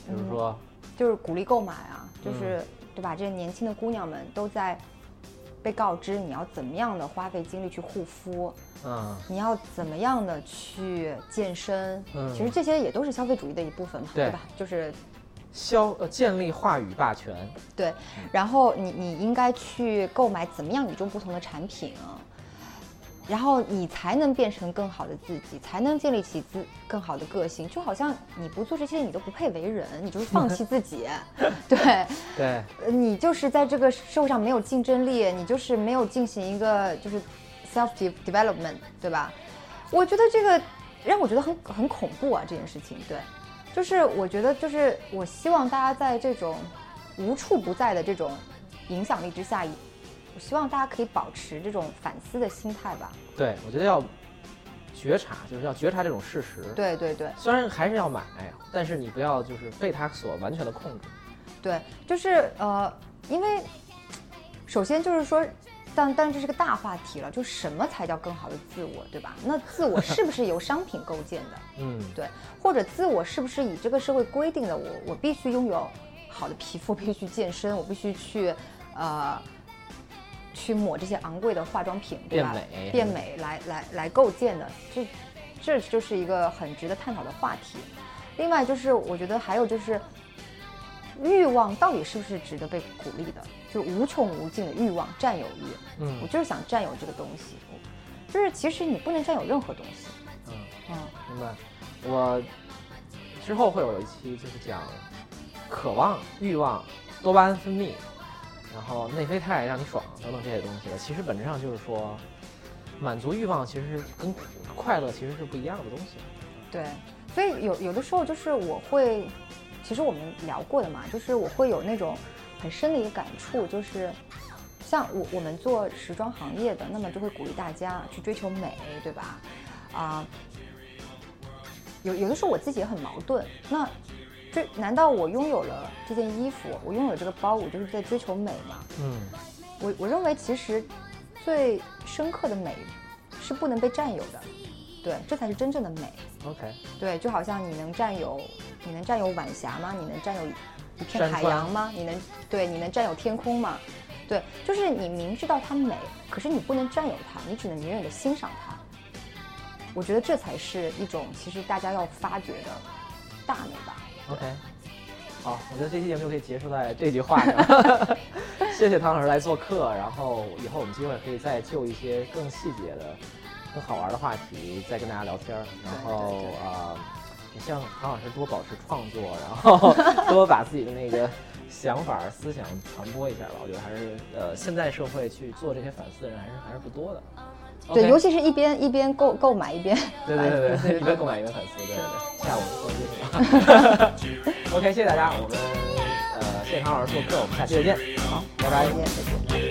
比如说，就是鼓励购买啊，就是、嗯对吧？这些年轻的姑娘们都在被告知你要怎么样的花费精力去护肤，嗯，你要怎么样的去健身。嗯其实这些也都是消费主义的一部分嘛，对对吧？就是消呃建立话语霸权，对，然后你你应该去购买怎么样与众不同的产品啊，然后你才能变成更好的自己，才能建立起自更好的个性。就好像你不做这些，你都不配为人，你就是放弃自己，对，对，呃你就是在这个社会上没有竞争力，你就是没有进行一个就是 self de- development，对吧？我觉得这个让我觉得很很恐怖啊，这件事情。对，就是我觉得就是我希望大家在这种无处不在的这种影响力之下，我希望大家可以保持这种反思的心态吧。对，我觉得要觉察，就是要觉察这种事实。，对对对虽然还是要买，但是你不要就是被它所完全的控制。对，就是呃，因为首先就是说，但但这是个大话题了，就什么才叫更好的自我，对吧？那自我是不是由商品构建的？嗯，对，或者自我是不是以这个社会规定的我，我必须拥有好的皮肤， [LAUGHS] 必须健身，我必须去呃去抹这些昂贵的化妆品，对吧？变美嗯变美来来来构建的，这这就是一个很值得探讨的话题。另外就是我觉得还有就是欲望到底是不是值得被鼓励的？就是无穷无尽的欲望、占有欲。嗯我就是想占有这个东西，就是其实你不能占有任何东西。嗯，嗯，明白。我之后会有一期就是讲渴望、欲望、多巴胺分泌，然后内啡肽让你爽等等这些东西的。其实本质上就是说，满足欲望其实跟快乐其实是不一样的东西。对，所以有有的时候就是我会，其实我们聊过的嘛，就是我会有那种很深的一个感触，就是像我我们做时装行业的，那么就会鼓励大家去追求美，对吧？啊、有有的时候我自己也很矛盾，那追难道我拥有了这件衣服，我拥有了这个包，我就是在追求美吗？嗯，我我认为其实最深刻的美是不能被占有的，对，这才是真正的美。 OK，对，就好像你能占有，你能占有晚霞吗？你能占有一片山海川洋吗？你能对，你能占有天空吗？对，就是你明知道它美，可是你不能占有它，你只能远远的欣赏它。我觉得这才是一种其实大家要发掘的大美吧。 OK，好，我觉得这期节目就可以结束在这句话 [LAUGHS] 上。 [LAUGHS] 谢谢唐老师来做客，然后以后我们机会可以再就一些更细节的、更好玩的话题再跟大家聊天儿。然后对对啊，也希望唐老师多保持创作，然 [LAUGHS] 后多把自己的那个想法儿、思想传播一下吧。我觉得还是呃，现在社会去做这些反思的人还是还是不多的。对， OK 尤其是一边一边购购买一边 [LAUGHS] 对对对对，一边购买一边反思，对对对，下午做这个。OK，谢谢大家，我们呃，谢谢唐老师做客，我们下期再见，好，拜拜再。见再见。